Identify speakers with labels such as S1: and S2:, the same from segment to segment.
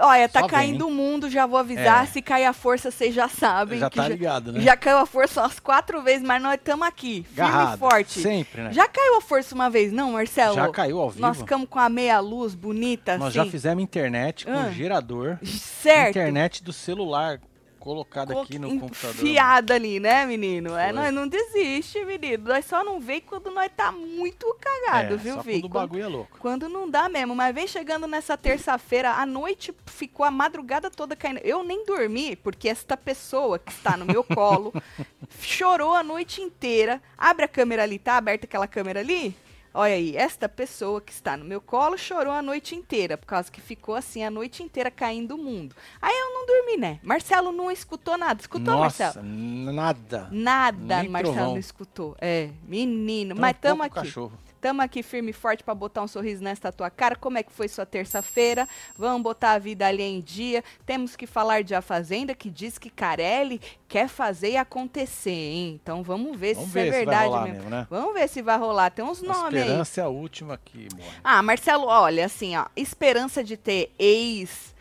S1: olha, tá
S2: Só vem,
S1: caindo o mundo, já vou avisar.
S2: É.
S1: Se cair a força, vocês já sabem.
S2: Já
S1: que
S2: tá ligado, né?
S1: Já caiu a força umas quatro vezes, mas nós estamos aqui, firme
S2: Agarrado,
S1: e forte.
S2: Sempre, né?
S1: Já é caiu a força uma vez, não, Marcelo?
S2: Já caiu ao vivo.
S1: Nós ficamos com a meia luz bonita,
S2: Nós já
S1: assim.
S2: fizemos internet com
S1: Ah.
S2: gerador.
S1: Certo.
S2: Internet do celular colocada aqui no computador.
S1: Enfiada ali, né, menino? É,
S2: Foi.
S1: nós não desiste, menino. Nós só não vem quando nós tá muito cagado,
S2: É,
S1: viu,
S2: só
S1: Vi?
S2: quando o bagulho é louco.
S1: Quando não dá mesmo, mas vem chegando nessa terça-feira, a noite ficou a madrugada toda caindo. Eu nem dormi, porque esta pessoa que está no meu colo chorou a noite inteira. Abre a câmera ali, tá aberta aquela câmera ali? Olha aí, esta pessoa que está no meu colo chorou a noite inteira, por causa que ficou assim a noite inteira caindo o mundo. Aí eu não dormi, né? Marcelo não escutou nada. Escutou, Marcelo?
S2: Nossa, nada.
S1: Nada,
S2: nem
S1: Marcelo
S2: trovão.
S1: não escutou. É,
S2: Tá
S1: menino, mas tamo aqui.
S2: Tampouco um cachorro.
S1: Tamo aqui firme e forte pra botar um sorriso nesta tua cara. Como é que foi sua terça-feira? Vamos botar a vida ali em dia. Temos que falar de A Fazenda, que diz que Carelli quer fazer e acontecer, hein? Então vamos ver
S2: Vamos
S1: se isso
S2: ver
S1: é
S2: se
S1: verdade
S2: vai rolar
S1: mesmo.
S2: mesmo, né?
S1: Vamos ver se vai rolar. Tem uns
S2: A
S1: nomes aí.
S2: esperança é a última que morre.
S1: Ah, Marcelo, olha, assim, ó. Esperança de ter ex...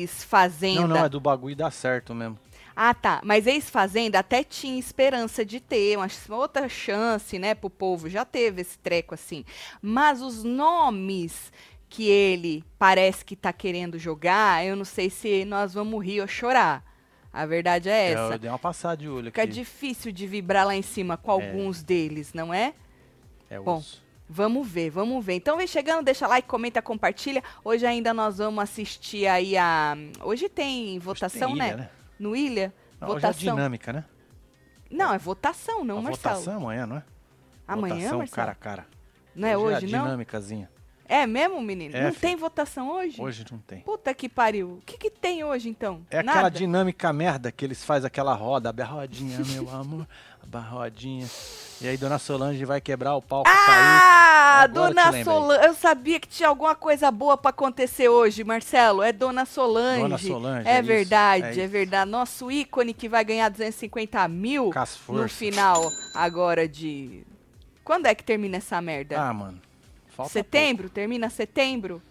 S1: Ex-fazenda.
S2: Não, não, é do bagulho dar certo mesmo.
S1: Ah, tá. Mas ex-fazenda até tinha esperança de ter é uma ch- outra chance, né, pro povo. Já teve esse treco assim. Mas os nomes que ele parece que tá querendo jogar, eu não sei se nós vamos rir ou chorar. A verdade é
S2: Eu,
S1: essa.
S2: dei uma passada de olho
S1: Fica
S2: aqui.
S1: difícil de vibrar lá em cima com alguns deles, não é?
S2: É
S1: Bom,
S2: osso.
S1: Vamos ver, vamos ver. Então vem chegando, deixa like, comenta, compartilha. Hoje ainda nós vamos assistir aí a. hum, Hoje tem votação,
S2: Tem ilha,
S1: né? No Ilha?
S2: Não, hoje é
S1: votação.
S2: dinâmica, né?
S1: Não, é votação, não,
S2: a
S1: Marcelo.
S2: votação amanhã, não é?
S1: Amanhã,
S2: votação
S1: Marcelo?
S2: cara a cara.
S1: não é
S2: é a
S1: hoje, não?
S2: dinâmicazinha.
S1: É mesmo, menino?
S2: É,
S1: não
S2: filho.
S1: tem votação hoje?
S2: Hoje não tem.
S1: Puta que pariu. O que, que tem hoje, então?
S2: É
S1: Nada?
S2: aquela dinâmica merda que eles fazem aquela roda, a barrodinha, meu amor, a barrodinha. E aí Dona Solange vai quebrar o palco, cair.
S1: Ah,
S2: Agora eu te
S1: Dona
S2: lembrei.
S1: Solange. Eu sabia que tinha alguma coisa boa pra acontecer hoje, Marcelo. É Dona Solange.
S2: Dona Solange,
S1: É,
S2: é isso,
S1: verdade,
S2: é
S1: é,
S2: isso.
S1: verdade. Nosso ícone que vai ganhar 250 mil
S2: Com as
S1: no
S2: forças.
S1: final agora de... Quando é que termina essa merda?
S2: Ah, mano. Falta
S1: setembro? Termina setembro?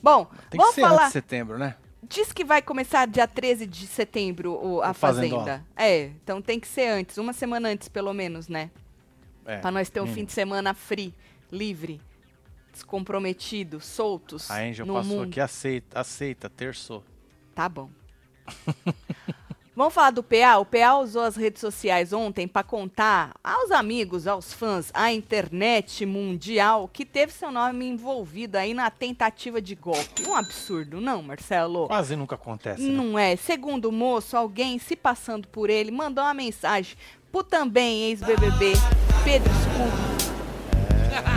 S1: Bom,
S2: pouco. Tem que
S1: vamos
S2: ser
S1: falar...
S2: antes de setembro, né?
S1: Diz que vai começar dia 13 de setembro o- a
S2: O
S1: Fazenda.
S2: Fazendola.
S1: É, então tem que ser antes, uma semana antes pelo menos, né?
S2: É.
S1: Pra nós ter um
S2: mínimo.
S1: fim de semana free, livre, descomprometido, soltos.
S2: A Angel
S1: no
S2: passou
S1: mundo.
S2: aqui, aceita, aceita, terçou.
S1: Tá bom. Vamos falar do PA? O PA usou as redes sociais ontem para contar aos amigos, aos fãs, à internet mundial que teve seu nome envolvido aí na tentativa de golpe. Um absurdo, não, Marcelo?
S2: Quase nunca acontece, né?
S1: Não é. Segundo o moço, alguém se passando por ele mandou uma mensagem pro também ex-BBB Pedro Scooby.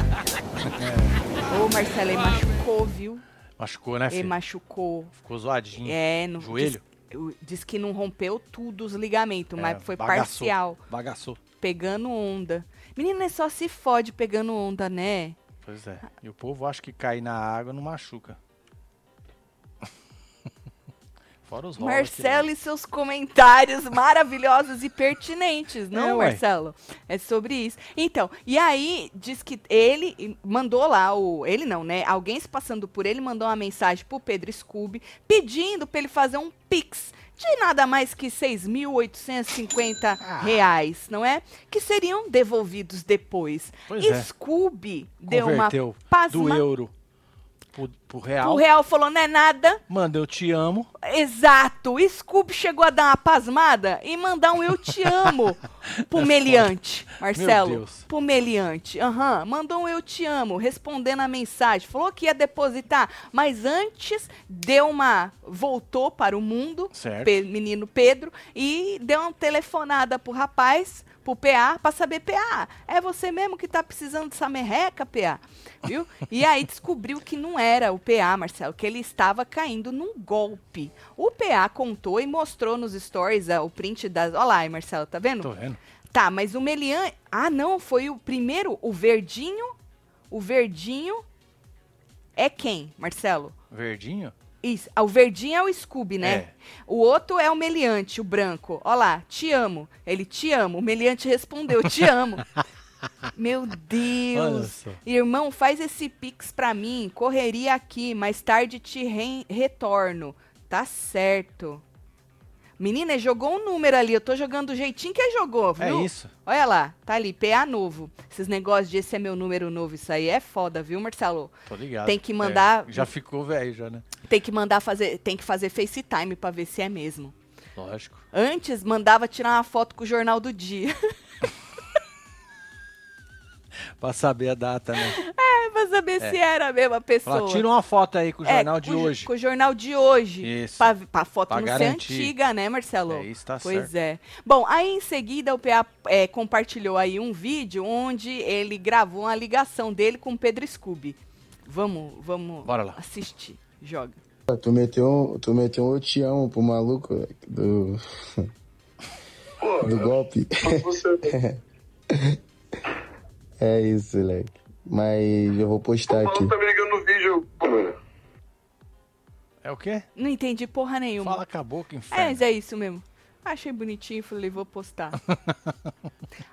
S1: Ô, Marcelo, ele machucou, viu?
S2: Machucou,
S1: Ele
S2: né, É. filho?
S1: machucou.
S2: Ficou zoadinho.
S1: É, no
S2: Joelho?
S1: Diz, o- diz que não rompeu tudo os ligamentos,
S2: É,
S1: mas foi
S2: bagaçou,
S1: parcial,
S2: Bagaçou.
S1: pegando onda. Menina, é só se fode pegando onda, né?
S2: Pois é. E o povo acha que cair na água não machuca. Fora os rolos. que
S1: Marcelo e seus comentários maravilhosos e pertinentes, não,
S2: É, ué.
S1: Marcelo? É sobre isso. Então, e aí diz que ele mandou lá o. Ele não, né? Alguém se passando por ele mandou uma mensagem pro Pedro Scooby pedindo pra ele fazer um pix de nada mais que 6.850
S2: Ah.
S1: reais, não é? Que seriam devolvidos depois.
S2: Pois é.
S1: Scooby deu uma
S2: Converteu do
S1: pasma.
S2: euro pro, pro real.
S1: O real falou, não é nada.
S2: Manda, eu te amo.
S1: Exato! Scooby chegou a dar uma pasmada e mandar um eu te amo pro meliante, Marcelo.
S2: É Meu Deus.
S1: Pro meliante. Aham, mandou um eu te amo, respondendo a mensagem. Falou que ia depositar, mas antes deu uma. voltou para o mundo,
S2: Certo.
S1: Pe- menino Pedro, e deu uma telefonada pro rapaz, pro PA, pra saber, PA, é você mesmo que tá precisando dessa merreca, PA? Viu? E aí descobriu que não era o PA, Marcelo, que ele estava caindo num golpe. O PA contou e mostrou nos stories ah, o print das. Olha lá, aí, Marcelo, tá vendo?
S2: Tô vendo.
S1: Tá, mas o Melian. Ah, não, foi o primeiro, o verdinho. O verdinho é quem, Marcelo?
S2: Verdinho?
S1: Isso, ah, o verdinho é o Scooby, né?
S2: É.
S1: O outro é o meliante, o branco. Ó lá, te amo. Ele, te amo. O meliante respondeu, te amo. Meu
S2: Olha
S1: Deus.
S2: só.
S1: Irmão, faz esse pix pra mim. Correria aqui. Mais tarde te re- retorno. Tá certo. Menina, jogou um número ali. Eu tô jogando do jeitinho que jogou, viu?
S2: É isso.
S1: Olha lá, tá ali, PA novo. Esses negócios de esse é meu número novo, isso aí é foda, viu, Marcelo?
S2: Tô ligado.
S1: Tem que mandar-
S2: É, já ficou velho, já, né?
S1: Tem que mandar fazer, tem que fazer FaceTime pra ver se é mesmo.
S2: Lógico.
S1: Antes mandava tirar uma foto com o jornal do dia.
S2: Pra saber a data, né?
S1: É pra saber se era a mesma pessoa.
S2: Fala, tira uma foto aí com o
S1: É,
S2: jornal de
S1: com o jo-
S2: hoje.
S1: Com o jornal de hoje.
S2: Isso.
S1: Pra, pra foto
S2: Pra
S1: não
S2: garantir.
S1: ser antiga, né, Marcelo?
S2: É isso, tá
S1: pois
S2: certo.
S1: é. Bom, aí em seguida o PA é, compartilhou aí um vídeo onde ele gravou uma ligação dele com o Pedro Scooby. Vamos, vamos
S2: Bora lá.
S1: assistir. Joga.
S3: Tu meteu um, tu meteu um eu te amo pro maluco do, do golpe. É isso, moleque. Mas eu vou postar aqui.
S4: Falou tá me ligando no vídeo.
S2: É o quê?
S1: Não entendi porra nenhuma.
S2: Fala acabou, que
S1: um É, mas
S2: inferno.
S1: é isso mesmo. Achei bonitinho, falei, vou postar.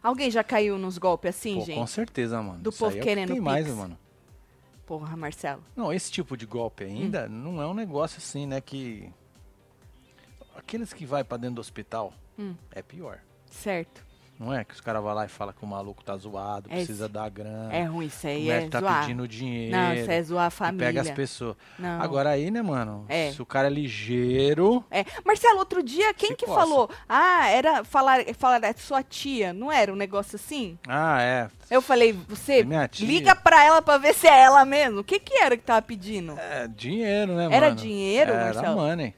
S1: Alguém já caiu nos golpes assim,
S2: Pô, com
S1: gente?
S2: certeza, mano.
S1: Do
S2: Isso aí
S1: povo
S2: é o
S1: querendo
S2: que tem mais,
S1: Pix.
S2: mano.
S1: Porra, Marcelo.
S2: Não, esse tipo de golpe ainda
S1: Hum.
S2: não é um negócio assim, né, que... Aqueles que vai pra dentro do hospital
S1: Hum.
S2: é pior.
S1: Certo.
S2: Não é que os caras vão lá e falam que o maluco tá zoado,
S1: É
S2: precisa
S1: esse-
S2: dar grana.
S1: É ruim isso
S2: Ah. o
S1: aí, é
S2: médico tá
S1: zoar.
S2: pedindo dinheiro.
S1: Não, isso é zoar a
S2: e
S1: família.
S2: pega as pessoas.
S1: Não.
S2: Agora aí, né, mano?
S1: É.
S2: Se o cara é ligeiro,
S1: É. Marcelo, outro dia, quem
S2: Se
S1: que
S2: coça.
S1: falou? Ah, era falar, falar da sua tia, não era um negócio assim?
S2: ah, é.
S1: Eu falei, você
S2: É minha tia.
S1: liga pra ela pra ver se é ela mesmo. O que que era que tava pedindo?
S2: É dinheiro, né, mano?
S1: Era dinheiro,
S2: Era
S1: Marcelo?
S2: money.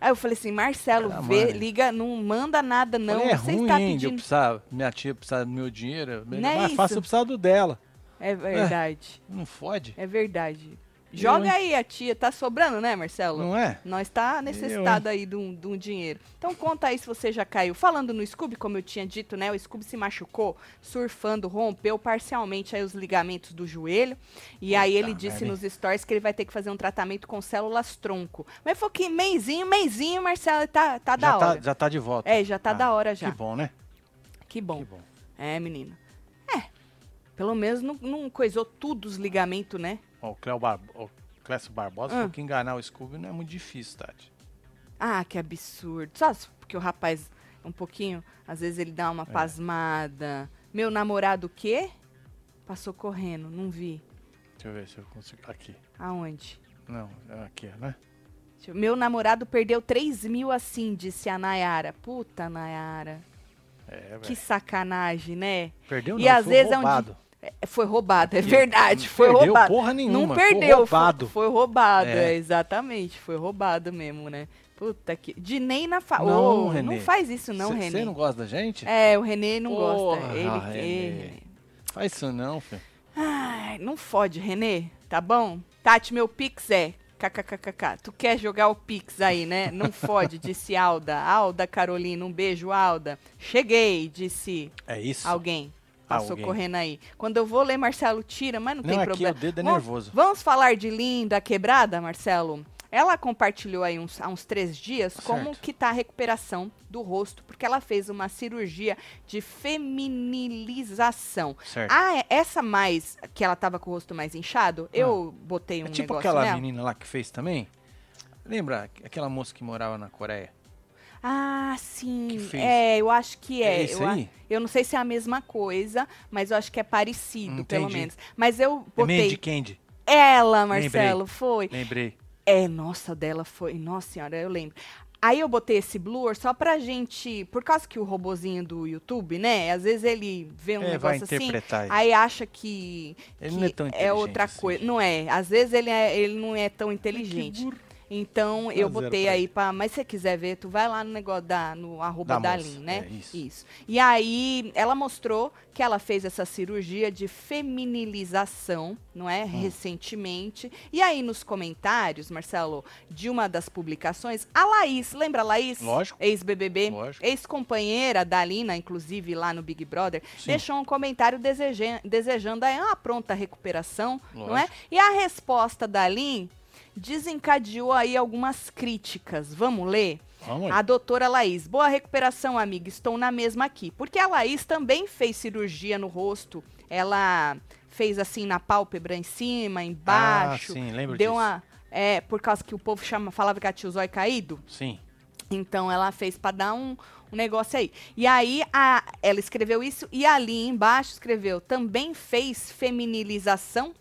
S1: Aí eu falei assim, Marcelo,
S2: Era
S1: vê,
S2: money.
S1: liga, não manda nada não,
S2: Falei, é
S1: você
S2: ruim,
S1: está
S2: hein, de eu
S1: pedindo.
S2: precisar, minha tia precisar do meu dinheiro. Bem,
S1: Não é
S2: mais fácil
S1: isso.
S2: eu precisar do dela.
S1: É verdade,
S2: Não fode.
S1: é verdade.
S2: Eu,
S1: Joga
S2: hein?
S1: aí a tia, tá sobrando, né, Marcelo?
S2: Não é?
S1: Nós tá necessitado aí de um, de um dinheiro. Então conta aí se você já caiu. Falando no Scooby, como eu tinha dito, né? O Scooby se machucou surfando, rompeu parcialmente aí os ligamentos do joelho. E aí
S2: Puta
S1: ele disse
S2: merda,
S1: nos stories que ele vai ter que fazer um tratamento com células tronco. Mas foi que meizinho, meizinho, Marcelo, tá, tá da
S2: já,
S1: hora.
S2: tá, já tá de volta.
S1: É, já tá
S2: Ah,
S1: da hora já.
S2: Que bom, né?
S1: Que bom.
S2: Que bom.
S1: É, menino. É. Pelo menos não, não coisou tudo os ligamentos, né?
S2: Ó, o Cléo Bar... o Clécio Barbosa
S1: Ah.
S2: falou que enganar o Scooby não é muito difícil, Tati.
S1: Ah, que absurdo. Só se- porque o rapaz, é um pouquinho, às vezes ele
S2: É.
S1: dá uma pasmada. Meu namorado o quê? Passou correndo, não vi.
S2: Deixa eu ver se eu consigo. Aqui.
S1: Aonde?
S2: Não, aqui, né?
S1: Deixa eu- Meu namorado perdeu 3 mil assim, disse a Nayara. Puta, Nayara.
S2: É,
S1: Que
S2: velho.
S1: sacanagem, né?
S2: Perdeu
S1: E
S2: não,
S1: às
S2: foi
S1: vezes é onde-
S2: roubado.
S1: É, Foi roubado, é
S2: Não
S1: verdade. Foi
S2: perdeu
S1: roubado.
S2: porra nenhuma,
S1: não
S2: foi
S1: perdeu. foi-
S2: roubado.
S1: Foi, roubado,
S2: É.
S1: é, exatamente. Foi roubado mesmo, né? Puta que. De nem na fa...
S2: Não,
S1: Ô,
S2: Renê.
S1: não faz isso, não, Renê.
S2: Você não gosta da gente?
S1: É, o Renê não gosta.
S2: Porra,
S1: Ele,
S2: Renê.
S1: Ei, Renê.
S2: Faz isso não, filho.
S1: Ai, não fode, Renê, tá bom? Tati, meu pix é kkkk. Tu quer jogar o pix aí, né? Não fode, disse Alda. Alda Carolina, um beijo, Alda. Cheguei, disse
S2: É isso.
S1: alguém. Passou
S2: Alguém.
S1: correndo aí. Quando eu vou ler, Marcelo tira, mas não,
S2: Não,
S1: tem
S2: aqui
S1: problema.
S2: o dedo é
S1: Vamos-
S2: nervoso.
S1: Vamos falar de linda quebrada, Marcelo? Ela compartilhou aí uns, há uns três dias como
S2: Certo.
S1: que tá a recuperação do rosto, porque ela fez uma cirurgia de feminilização.
S2: Certo.
S1: Ah, é- essa mais, que ela tava com o rosto mais inchado, eu botei um
S2: Ah. é tipo
S1: negócio
S2: aquela
S1: nela.
S2: menina lá que fez também? Lembra aqu- aquela moça que morava na Coreia?
S1: Ah, sim.
S2: Que fez?
S1: É, eu acho que é.
S2: É isso
S1: eu, a-
S2: aí?
S1: eu não sei se é a mesma coisa, mas eu acho que é parecido, pelo
S2: Entendi.
S1: menos. Mas eu
S2: É
S1: botei
S2: Mandy Candy.
S1: ela,
S2: Lembrei.
S1: Marcelo, foi.
S2: Lembrei.
S1: É, nossa, dela foi. Nossa senhora, eu lembro. Aí eu botei esse blur só pra gente. Por causa que o robozinho do YouTube, né? Às vezes ele vê um
S2: é, vai
S1: negócio assim.
S2: interpretar isso.
S1: Aí acha que,
S2: Ele
S1: que
S2: não é tão inteligente
S1: outra
S2: assim,
S1: coisa.
S2: gente.
S1: Não é. Às vezes ele, é- ele não é tão inteligente. Então eu
S2: Dá zero
S1: botei
S2: pra
S1: aí pra. Mas se você quiser ver, tu vai lá no negócio da no arroba
S2: Da
S1: da,
S2: moça,
S1: Lin, né?
S2: é, isso.
S1: E aí ela mostrou que ela fez essa cirurgia de feminilização, não é?
S2: Hum.
S1: Recentemente. E aí nos comentários, Marcelo, de uma das publicações, a Laís, lembra a Laís?
S2: Lógico.
S1: Ex-BBB,
S2: Lógico.
S1: ex-companheira da Lina, inclusive lá no Big Brother,
S2: Sim.
S1: deixou um comentário deseje- desejando aí uma pronta recuperação, não é?
S2: Lógico.
S1: E a resposta da Lin desencadeou aí algumas críticas. Vamos ler?
S2: Vamos
S1: A doutora Laís, boa recuperação, amiga. Estou na mesma aqui. Porque a Laís também fez cirurgia no rosto. Ela fez assim na pálpebra em cima,
S2: Ah,
S1: embaixo.
S2: sim, lembro
S1: deu
S2: disso.
S1: uma. É, por causa que o povo chama, falava que ela tinha o zóio é caído.
S2: Sim.
S1: Então ela fez pra dar um, um negócio aí. E aí a- ela escreveu isso e ali embaixo escreveu: também fez feminilização?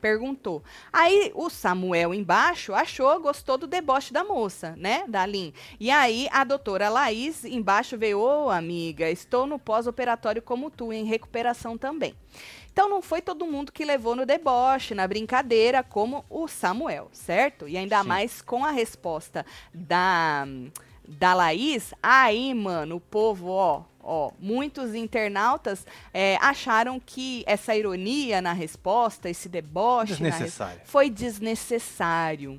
S1: Perguntou. Aí o Samuel embaixo achou, gostou do deboche da moça, né? Da Aline. E aí a doutora Laís embaixo veio: Ô amiga, estou no pós-operatório como tu, em recuperação também. Então não foi todo mundo que levou no deboche, na brincadeira, como o Samuel, certo? E ainda
S2: Sim.
S1: mais com a resposta da da Laís, aí, mano, o povo, ó, ó, muitos internautas é, acharam que essa ironia na resposta, esse deboche na res-
S2: Desnecessário.
S1: foi desnecessário.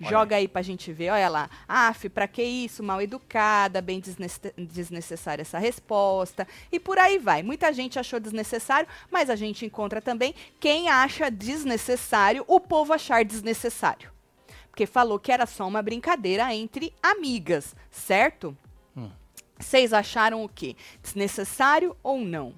S2: Olha
S1: Joga aí pra gente ver, olha lá. Af, pra que isso? Mal educada, bem desnece- desnecessária essa resposta. E por aí vai. Muita gente achou desnecessário, mas a gente encontra também quem acha desnecessário o povo achar desnecessário. Porque falou que era só uma brincadeira entre amigas, certo?
S2: Hum.
S1: Vocês acharam o quê? Desnecessário ou não?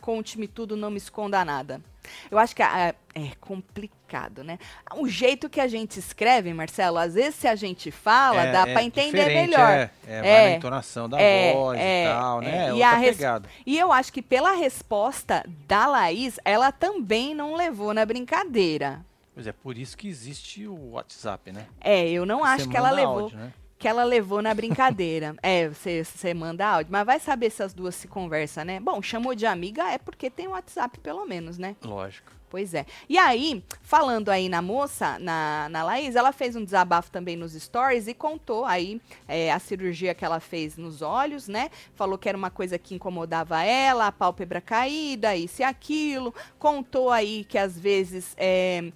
S1: Conte-me tudo, não me esconda nada. Eu acho que ah, é complicado, né? O jeito que a gente escreve, Marcelo, às vezes se a gente fala,
S2: É-
S1: dá
S2: é
S1: pra entender
S2: diferente,
S1: melhor.
S2: É, é, vai na
S1: É.
S2: entonação da
S1: É,
S2: voz
S1: é,
S2: e tal, né?
S1: é.
S2: É
S1: E
S2: outra
S1: a res-
S2: pegada.
S1: E eu acho que pela resposta da Laís, ela também não levou na brincadeira.
S2: Pois é, por isso que existe o WhatsApp, né?
S1: É, eu não acho
S2: Você
S1: que ela
S2: manda
S1: levou.
S2: áudio, né?
S1: que ela levou na brincadeira. é, você, você manda áudio, mas vai saber se as duas se conversam, né? Bom, chamou de amiga é porque tem o WhatsApp, pelo menos, né?
S2: Lógico.
S1: Pois é. E aí, falando aí na moça, na, na Laís, ela fez um desabafo também nos stories e contou aí é, a cirurgia que ela fez nos olhos, né? Falou que era uma coisa que incomodava ela, a pálpebra caída, isso e aquilo. Contou aí que às vezes. é,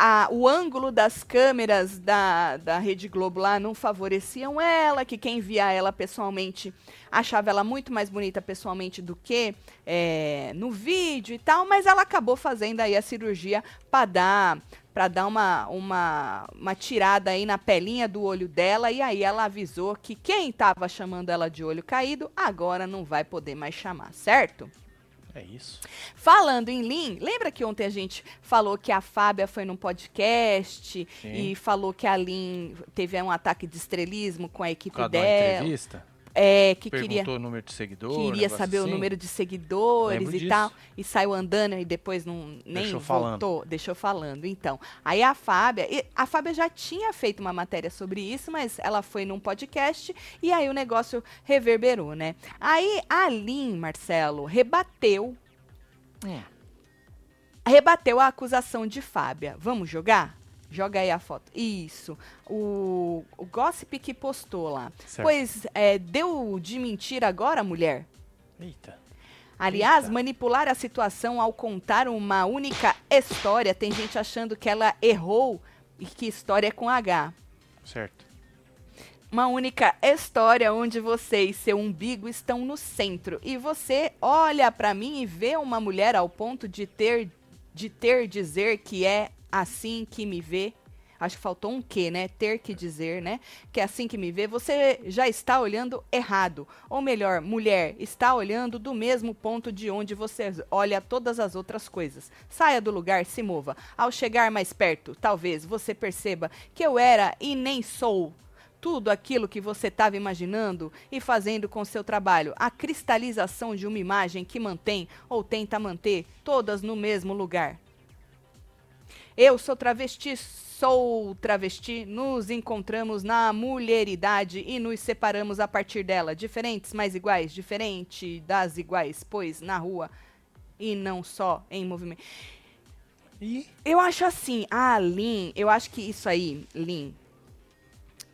S1: a- o ângulo das câmeras da, da Rede Globo lá não favoreciam ela, que quem via ela pessoalmente achava ela muito mais bonita pessoalmente do que é, no vídeo e tal, mas ela acabou fazendo aí a cirurgia para dar para dar uma, uma, uma tirada aí na pelinha do olho dela e aí ela avisou que quem tava chamando ela de olho caído agora não vai poder mais chamar, certo?
S2: É isso.
S1: Falando em Lin, lembra que ontem a gente falou que a Fábia foi num podcast
S2: Sim.
S1: e falou que a Lin teve um ataque de estrelismo com a
S2: Por
S1: equipe
S2: causa da
S1: dela,
S2: entrevista,
S1: é, que
S2: perguntou
S1: queria
S2: o número de assim? seguidores.
S1: queria saber o número de seguidores
S2: um Lembro
S1: e
S2: disso.
S1: tal. E saiu andando e depois não, nem
S2: Deixou falando.
S1: voltou. Deixou falando. Então, aí a Fábia... e a Fábia já tinha feito uma matéria sobre isso, mas ela foi num podcast e aí o negócio reverberou, né? Aí a Lin, Marcelo, rebateu...
S2: Hum.
S1: Rebateu a acusação de Fábia. Vamos jogar? Joga aí a foto. Isso. O, o gossip que postou lá.
S2: Certo.
S1: Pois é, deu de mentira agora, mulher?
S2: Eita.
S1: Aliás,
S2: Eita.
S1: manipular a situação ao contar uma única história, tem gente achando que ela errou e que história é com H.
S2: Certo.
S1: Uma única história onde você e seu umbigo estão no centro e você olha pra mim e vê uma mulher ao ponto de ter de ter dizer que é assim que me vê. Acho que faltou um que, né? Ter que dizer, né? Que é assim que me vê, você já está olhando errado. Ou melhor, mulher, está olhando do mesmo ponto de onde você olha todas as outras coisas. Saia do lugar, se mova. Ao chegar mais perto, talvez você perceba que eu era e nem sou tudo aquilo que você estava imaginando e fazendo com seu trabalho, a cristalização de uma imagem que mantém ou tenta manter todas no mesmo lugar. Eu sou travesti, sou travesti, nos encontramos na mulheridade e nos separamos a partir dela, diferentes, mas iguais, diferente das iguais, pois na rua e não só em movimento.
S2: E
S1: Eu acho assim, a Lin, eu acho que isso aí, Lin,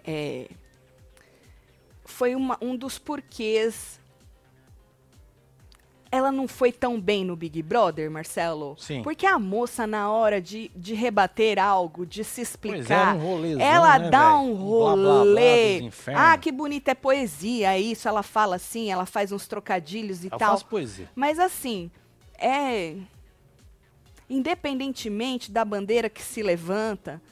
S1: é, foi uma- um dos porquês. Ela não foi tão bem no Big Brother, Marcelo?
S2: Sim.
S1: Porque a moça, na hora de, de rebater algo, de se
S2: pois é, era
S1: explicar,
S2: um rolezão,
S1: ela
S2: né,
S1: dá
S2: velho?
S1: um
S2: Blá, blá, blá
S1: rolê.
S2: dos infernos.
S1: ah, que bonita é poesia, é isso. Ela fala assim, ela faz uns trocadilhos e
S2: Eu
S1: tal.
S2: faço poesia.
S1: Mas assim, é. Independentemente da bandeira que se levanta.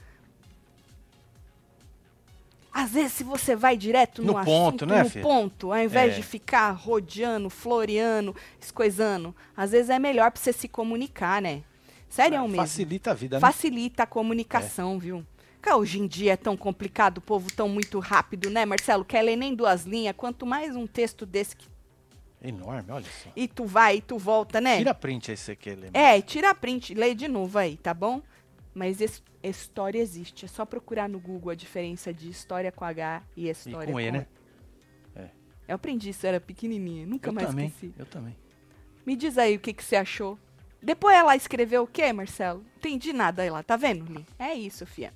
S1: Às vezes, se você vai direto no,
S2: No ponto,
S1: assunto,
S2: né,
S1: no
S2: filha?
S1: ponto, ao invés
S2: É.
S1: de ficar rodeando, floreando, escoisando, às vezes é melhor pra você se comunicar, né? Sério mesmo.
S2: É, Ah, Facilita a vida, né? É.
S1: Facilita a comunicação, viu? Cá hoje em dia é tão complicado, o povo tão muito rápido, né, Marcelo? Quer ler nem duas linhas, quanto mais um texto desse que
S2: Enorme, olha só.
S1: e tu vai e tu volta, né?
S2: Tira print aí se você quer ler.
S1: É, tira a print, lê de novo aí, tá bom? Mas es- história existe, é só procurar no Google a diferença de história com H e
S2: E
S1: história
S2: com E, né?
S1: Eu aprendi isso, era pequenininha, nunca
S2: Eu
S1: mais
S2: também,
S1: esqueci.
S2: eu também.
S1: Me diz aí o que, que você achou. Depois ela escreveu o quê, Marcelo? Entendi nada aí lá, tá vendo, Li? É isso, fia.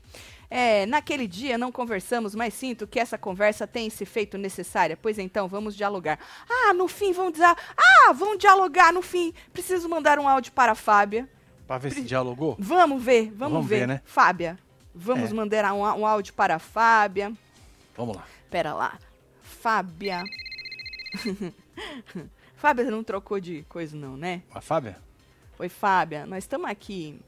S1: É, naquele dia não conversamos, mas sinto que essa conversa tem se feito necessária. Pois então, vamos dialogar. Ah, no fim vão dizer. Ah, vão dialogar no fim. Preciso mandar um áudio para a Fábia.
S2: Pra ver se dialogou.
S1: Vamos ver, vamos,
S2: Vamos
S1: ver.
S2: ver, né?
S1: Fábia, vamos
S2: É.
S1: mandar um, á- um áudio para a Fábia.
S2: Vamos lá.
S1: Pera lá. Fábia. Fábia você não trocou de coisa, não, né?
S2: A Fábia?
S1: Oi, Fábia. Nós estamos aqui.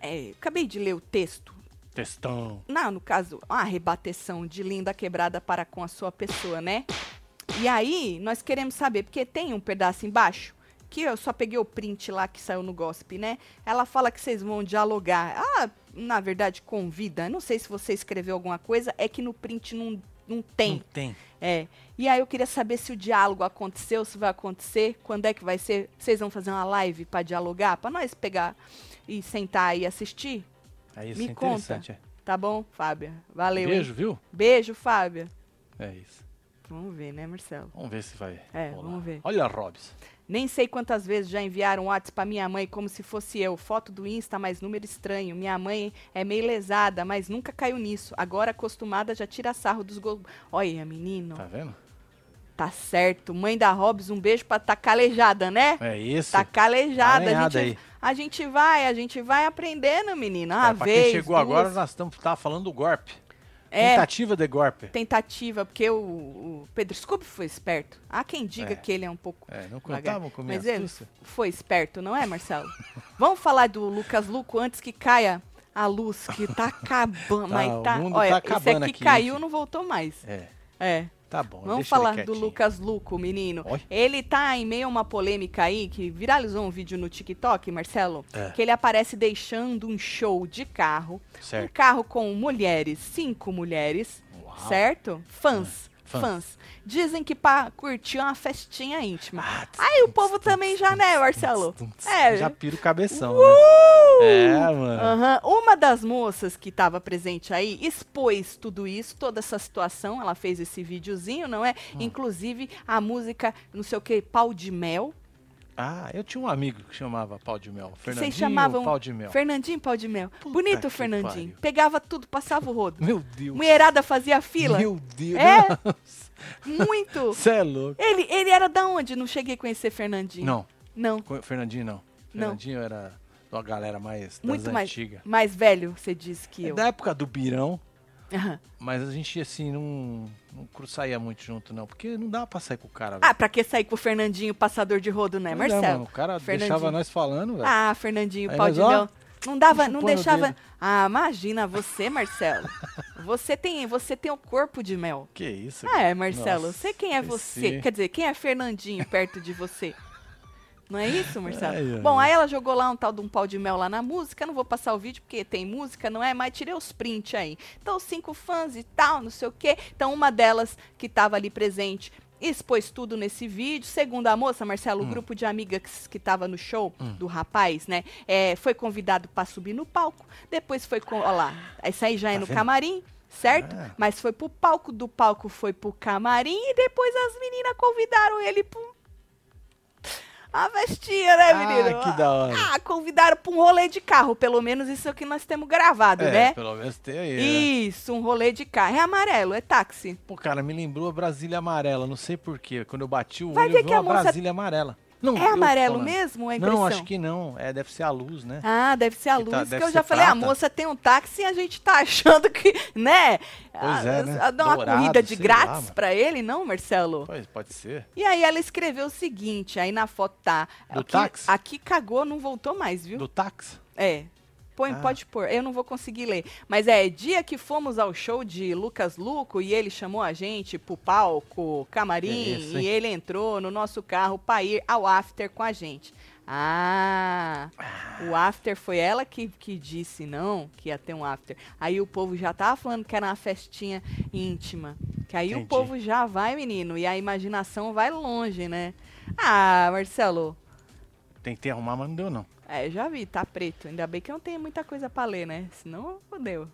S1: é, acabei de ler o texto.
S2: Textão.
S1: Não, no caso, uma rebateção de linda quebrada para com a sua pessoa, né? E aí, nós queremos saber, porque tem um pedaço embaixo, que eu só peguei o print lá que saiu no gossip, né? Ela fala que vocês vão dialogar. Ah, na verdade, convida. Não sei se você escreveu alguma coisa, é que no print não, não tem.
S2: Não tem.
S1: É. E aí eu queria saber se o diálogo aconteceu, se vai acontecer, quando é que vai ser. Vocês vão fazer uma live pra dialogar, Pra nós pegar e sentar e assistir,
S2: É isso,
S1: Me
S2: é interessante. é.
S1: tá bom, Fábia? Valeu. hein?
S2: Beijo, viu?
S1: Beijo, Fábia.
S2: É isso.
S1: Vamos ver, né, Marcelo?
S2: Vamos ver se vai.
S1: É,
S2: rolar.
S1: vamos ver.
S2: Olha, Robs.
S1: Nem sei quantas vezes já enviaram WhatsApp pra minha mãe como se fosse eu. Foto do Insta, mas número estranho. Minha mãe é meio lesada, mas nunca caiu nisso. Agora acostumada já tira sarro dos gols. Olha, menino.
S2: Tá vendo?
S1: Tá certo. Mãe da Hobbs, um beijo pra tá calejada, né?
S2: É isso.
S1: Tá calejada. A
S2: Aranhada
S1: gente,
S2: aí.
S1: a gente vai, a gente vai aprendendo, menina. Uma
S2: é, pra
S1: vez.
S2: quem chegou
S1: duas.
S2: agora, nós estamos tava falando do golpe.
S1: É.
S2: Tentativa de golpe.
S1: Tentativa, porque o, o Pedro Scooby foi esperto. Há quem diga
S2: É.
S1: que ele é um pouco.
S2: É, não
S1: Vagar.
S2: contavam com minha
S1: Mas ele
S2: astúcia?
S1: foi esperto, não é, Marcelo? Vamos falar do Lucas Luco antes que caia a luz, que tá acabando.
S2: Tá,
S1: mas
S2: o
S1: tá,
S2: mundo
S1: olha,
S2: tá
S1: esse
S2: acabando
S1: aqui,
S2: aqui,
S1: caiu,
S2: hein?
S1: não voltou mais.
S2: É,
S1: É.
S2: tá bom.
S1: Vamos
S2: deixa ele
S1: falar do
S2: quietinho.
S1: Lucas Luco, menino.
S2: Oi?
S1: Ele tá em meio a uma polêmica aí que viralizou um vídeo no TikTok, Marcelo,
S2: É.
S1: que ele aparece deixando um show de carro, um
S2: Certo.
S1: carro com mulheres, cinco mulheres,
S2: Uau. É.
S1: certo? Fãs,
S2: Fãs.
S1: fãs. Dizem que pra curtir uma festinha íntima.
S2: Ah, tss,
S1: aí o
S2: tss,
S1: povo
S2: tss,
S1: também
S2: tss,
S1: já, né,
S2: tss,
S1: Marcelo?
S2: tss, tss,
S1: É.
S2: Já pira o cabeção,
S1: Uh!
S2: né? É, mano.
S1: Aham. Uma das moças que estava presente aí expôs tudo isso, toda essa situação. Ela fez esse videozinho, não é?
S2: Hum.
S1: Inclusive a música, não sei o que, Pau de Mel.
S2: Ah, eu tinha um amigo que chamava pau de mel.
S1: vocês
S2: Fernandinho
S1: chamavam-
S2: pau de mel.
S1: Fernandinho Pau de Mel.
S2: Puta
S1: Bonito
S2: que
S1: o Fernandinho.
S2: pariu.
S1: Pegava tudo, passava o rodo.
S2: Meu Deus.
S1: Mulherada fazia fila.
S2: Meu Deus.
S1: É? Muito.
S2: Você é louco.
S1: Ele, ele era da onde? Não cheguei a conhecer Fernandinho.
S2: Não,
S1: Não.
S2: co- Fernandinho não. Fernandinho era de uma galera mais das
S1: Muito mais,
S2: antigas.
S1: mais velho, você disse que
S2: É
S1: eu.
S2: da época do Birão,
S1: Aham.
S2: mas a gente, assim, não, não cru- saía muito junto, não. Porque não dava pra sair com o cara,
S1: Ah, pra que sair com o Fernandinho passador de rodo, né,
S2: velho.
S1: Marcelo?
S2: Não, é, mano, o cara
S1: Fernandinho.
S2: deixava nós falando, velho.
S1: Ah, Fernandinho,
S2: Aí
S1: pau
S2: nós,
S1: de
S2: ó,
S1: mel. Não dava,
S2: puxa o
S1: não
S2: pano
S1: deixava.
S2: dele.
S1: Ah, imagina você, Marcelo. Você tem, você tem o corpo de mel.
S2: Que isso,
S1: Ah, é, Marcelo.
S2: Nossa,
S1: sei quem é
S2: esse-
S1: você. Quer dizer, quem é Fernandinho perto de você? Não é isso, Marcelo?
S2: Ai, ai,
S1: Bom, aí ela jogou lá um tal de um pau de mel lá na música. Não vou passar o vídeo porque tem música, não é? Mas tirei os prints aí. Então, cinco fãs e tal, não sei o quê. Então, uma delas que estava ali presente expôs tudo nesse vídeo. Segundo a moça, Marcelo,
S2: Hum.
S1: o grupo de amigas que estava no show do rapaz, né? é, foi convidado para subir no palco. Depois foi com. Olha lá, isso aí já é
S2: Tá
S1: no
S2: vendo?
S1: camarim. Certo?
S2: Ah.
S1: Mas foi pro palco, do palco foi pro camarim e depois as meninas convidaram ele pro. A festinha, né, menino?
S2: Ah, que da hora.
S1: Ah, convidaram pra um rolê de carro, pelo menos isso é o que nós temos gravado,
S2: é,
S1: né?
S2: pelo menos tem aí, né?
S1: Isso, um rolê de carro. É amarelo, é táxi.
S2: Pô, cara, me lembrou a Brasília Amarela, não sei porquê. Quando eu bati o
S1: Vai
S2: olho,
S1: ver
S2: eu vi
S1: que a
S2: uma
S1: moça-
S2: Brasília Amarela. Não,
S1: É
S2: eu
S1: amarelo
S2: falando.
S1: mesmo, a impressão?
S2: Não, acho que não. É, deve ser a luz, né?
S1: Ah, deve ser a
S2: Que
S1: luz,
S2: tá-
S1: que
S2: deve
S1: eu já
S2: ser
S1: falei, a
S2: prata.
S1: moça tem um táxi e a gente tá achando que, né?
S2: Pois é,
S1: Ah,
S2: né?
S1: ah, Dá uma
S2: Dourado,
S1: corrida de
S2: sei lá,
S1: grátis
S2: mano.
S1: pra ele, não, Marcelo?
S2: Pois, pode ser.
S1: E aí ela escreveu o seguinte, aí na foto tá.
S2: Do
S1: aqui,
S2: táxi?
S1: aqui cagou, não voltou mais, viu?
S2: Do táxi?
S1: É. Põe,
S2: Ah.
S1: pode pôr. Eu não vou conseguir ler. Mas é, dia que fomos ao show de Lucas Luco e ele chamou a gente pro palco, camarim,
S2: É isso, hein?
S1: e ele entrou no nosso carro pra ir ao after com a gente. Ah, o after foi ela que, que disse não, que ia ter um after. Aí o povo já tava falando que era uma festinha íntima. Que aí o
S2: Entendi.
S1: povo já vai, menino, e a imaginação vai longe, né? Ah, Marcelo,
S2: Tentei arrumar, mas não deu, não.
S1: é, já vi, tá preto. Ainda bem que não tem muita coisa pra ler, né? Senão, fodeu.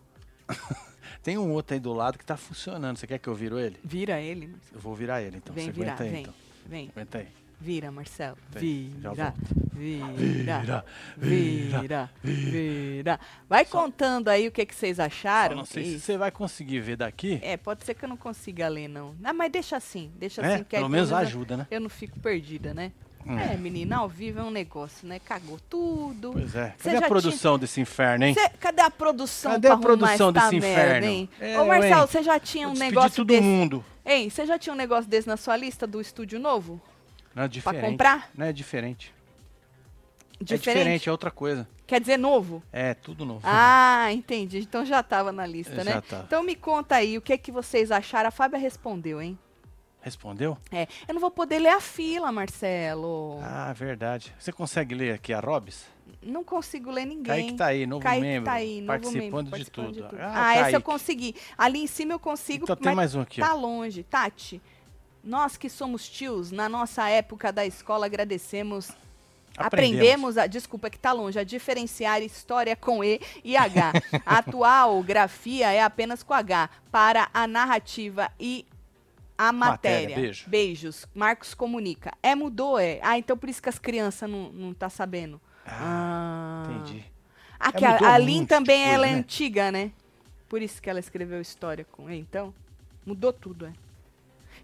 S2: Tem um outro aí do lado que tá funcionando. Você quer que eu viro ele?
S1: Vira ele, Marcelo.
S2: Eu vou virar ele, então.
S1: vem
S2: Você
S1: virar,
S2: aguenta aí,
S1: vem.
S2: então.
S1: Vem,
S2: Aguenta aí.
S1: vira, Marcelo.
S2: Tem, já
S1: Vira, vira,
S2: Vira, vira,
S1: vira, vira. Vai contando aí o que, que vocês
S2: Eu
S1: acharam.
S2: não sei
S1: que-
S2: se você vai conseguir ver daqui.
S1: É, pode ser que eu não consiga ler, não. Ah, mas deixa assim, deixa
S2: né?
S1: assim. que aí
S2: Pelo menos
S1: eu-
S2: ajuda, né?
S1: Eu não fico perdida, né?
S2: Hum.
S1: É, menina, ao vivo é um negócio, né? Cagou tudo.
S2: Pois é.
S1: Você
S2: Cadê
S1: já
S2: a produção desse inferno, hein?
S1: Cê- cadê a produção
S2: Cadê
S1: pra
S2: a produção
S1: arrumar essa
S2: desse
S1: merda,
S2: inferno?
S1: hein?
S2: É,
S1: Ô, Marcelo,
S2: hein?
S1: você já tinha
S2: Eu
S1: um
S2: despedi
S1: negócio
S2: todo
S1: desse...
S2: mundo.
S1: Hein, você já tinha um negócio desse na sua lista do estúdio novo?
S2: Não é diferente.
S1: comprar?
S2: Não é diferente.
S1: Diferente?
S2: É diferente, é outra coisa.
S1: Quer dizer novo?
S2: É, tudo novo.
S1: Ah, entendi. Então já tava na lista,
S2: Já tá.
S1: né?
S2: tava.
S1: Então me conta aí, o que é que vocês acharam? A Fábia respondeu, hein?
S2: Respondeu?
S1: É, eu não vou poder ler a fila, Marcelo.
S2: Ah, verdade. Você consegue ler aqui a Robs?
S1: Não consigo ler ninguém.
S2: Kaique tá aí, novo
S1: Kaique
S2: membro.
S1: tá aí, novo
S2: participando
S1: membro,
S2: de
S1: participando
S2: tudo.
S1: Ah, essa eu
S2: Kaique.
S1: consegui. Ali em cima eu consigo,
S2: Então tem
S1: mas
S2: mais um aqui, ó.
S1: tá longe. Tati, nós que somos tios, na nossa época da escola, agradecemos. Aprendemos. a, desculpa que tá longe, a diferenciar história com E e H. A atual grafia é apenas com H para a narrativa e a matéria.
S2: Matéria, beijo.
S1: Beijos. Marcos comunica. É, mudou, é. Ah, então por isso que as crianças não, não tá sabendo.
S2: Ah,
S1: Ah.
S2: entendi.
S1: Ah,
S2: É,
S1: que a,
S2: mudou
S1: a Lin
S2: muito
S1: também
S2: de coisa,
S1: ela é
S2: né?
S1: antiga, né? Por isso que ela escreveu história com E, então. Mudou tudo, é.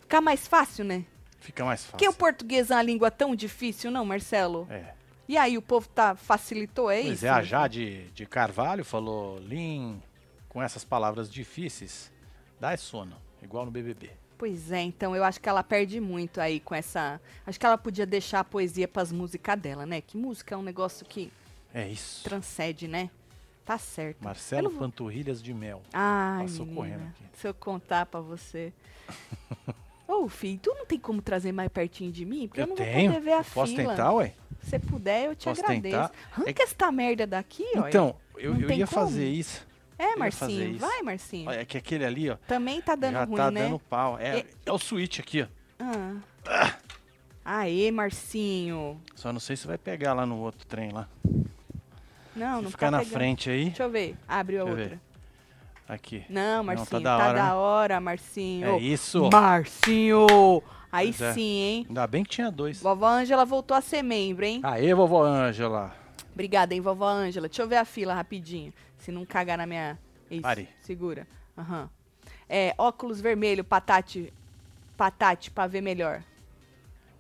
S1: Fica mais fácil, né?
S2: Fica mais fácil.
S1: Porque o português é uma língua tão difícil, não, Marcelo?
S2: É.
S1: E aí, o povo tá facilitou, é
S2: Pois
S1: isso?
S2: é, a
S1: Marcelo?
S2: Jade de Carvalho falou, Lin, com essas palavras difíceis, dá é sono, igual no BBB.
S1: Pois é, então eu acho que ela perde muito aí com essa. Acho que ela podia deixar a poesia pras músicas dela, né? Que música é um negócio que
S2: É isso.
S1: transcende, né? Tá certo.
S2: Marcelo
S1: Eu não vou-
S2: Panturrilhas de Mel.
S1: Ai,
S2: Passou correndo
S1: menina,
S2: aqui.
S1: se eu contar pra você. Ô, filho, tu não tem como trazer mais pertinho de mim? Porque eu, não vou
S2: tenho.
S1: poder ver a
S2: eu posso
S1: fila.
S2: tentar, ué?
S1: Se puder, eu te
S2: Posso
S1: agradeço.
S2: tentar?
S1: Arranca
S2: É que-
S1: esta merda daqui, ó.
S2: Então, eu,
S1: não
S2: eu
S1: tem
S2: ia
S1: como.
S2: fazer isso.
S1: é,
S2: ia fazer
S1: Marcinho,
S2: isso.
S1: vai, Marcinho.
S2: Olha, é que aquele ali, ó,
S1: Também tá dando
S2: já
S1: ruim,
S2: tá
S1: né?
S2: dando pau. É,
S1: É-
S2: é o switch aqui, ó.
S1: Ah. Aê, Marcinho.
S2: Só não sei se vai pegar lá no outro trem lá.
S1: Não,
S2: Se
S1: não
S2: ficar
S1: tá
S2: na
S1: pegando.
S2: frente aí,
S1: Deixa eu ver. Abriu a
S2: Deixa eu
S1: outra.
S2: aqui.
S1: Não,
S2: Não, tá
S1: Marcinho,
S2: da hora, né?
S1: Marcinho.
S2: É isso.
S1: Marcinho! Aí
S2: Pois é.
S1: sim, hein?
S2: Ainda bem que tinha dois.
S1: Vovó Ângela voltou a ser membro, hein?
S2: Aê, vovó Ângela.
S1: Obrigada, hein, vovó Ângela. Deixa eu ver a fila rapidinho. Se não cagar na minha. Isso,
S2: Pare.
S1: Segura. Aham. É, óculos vermelho, patate. Patate, pra ver melhor.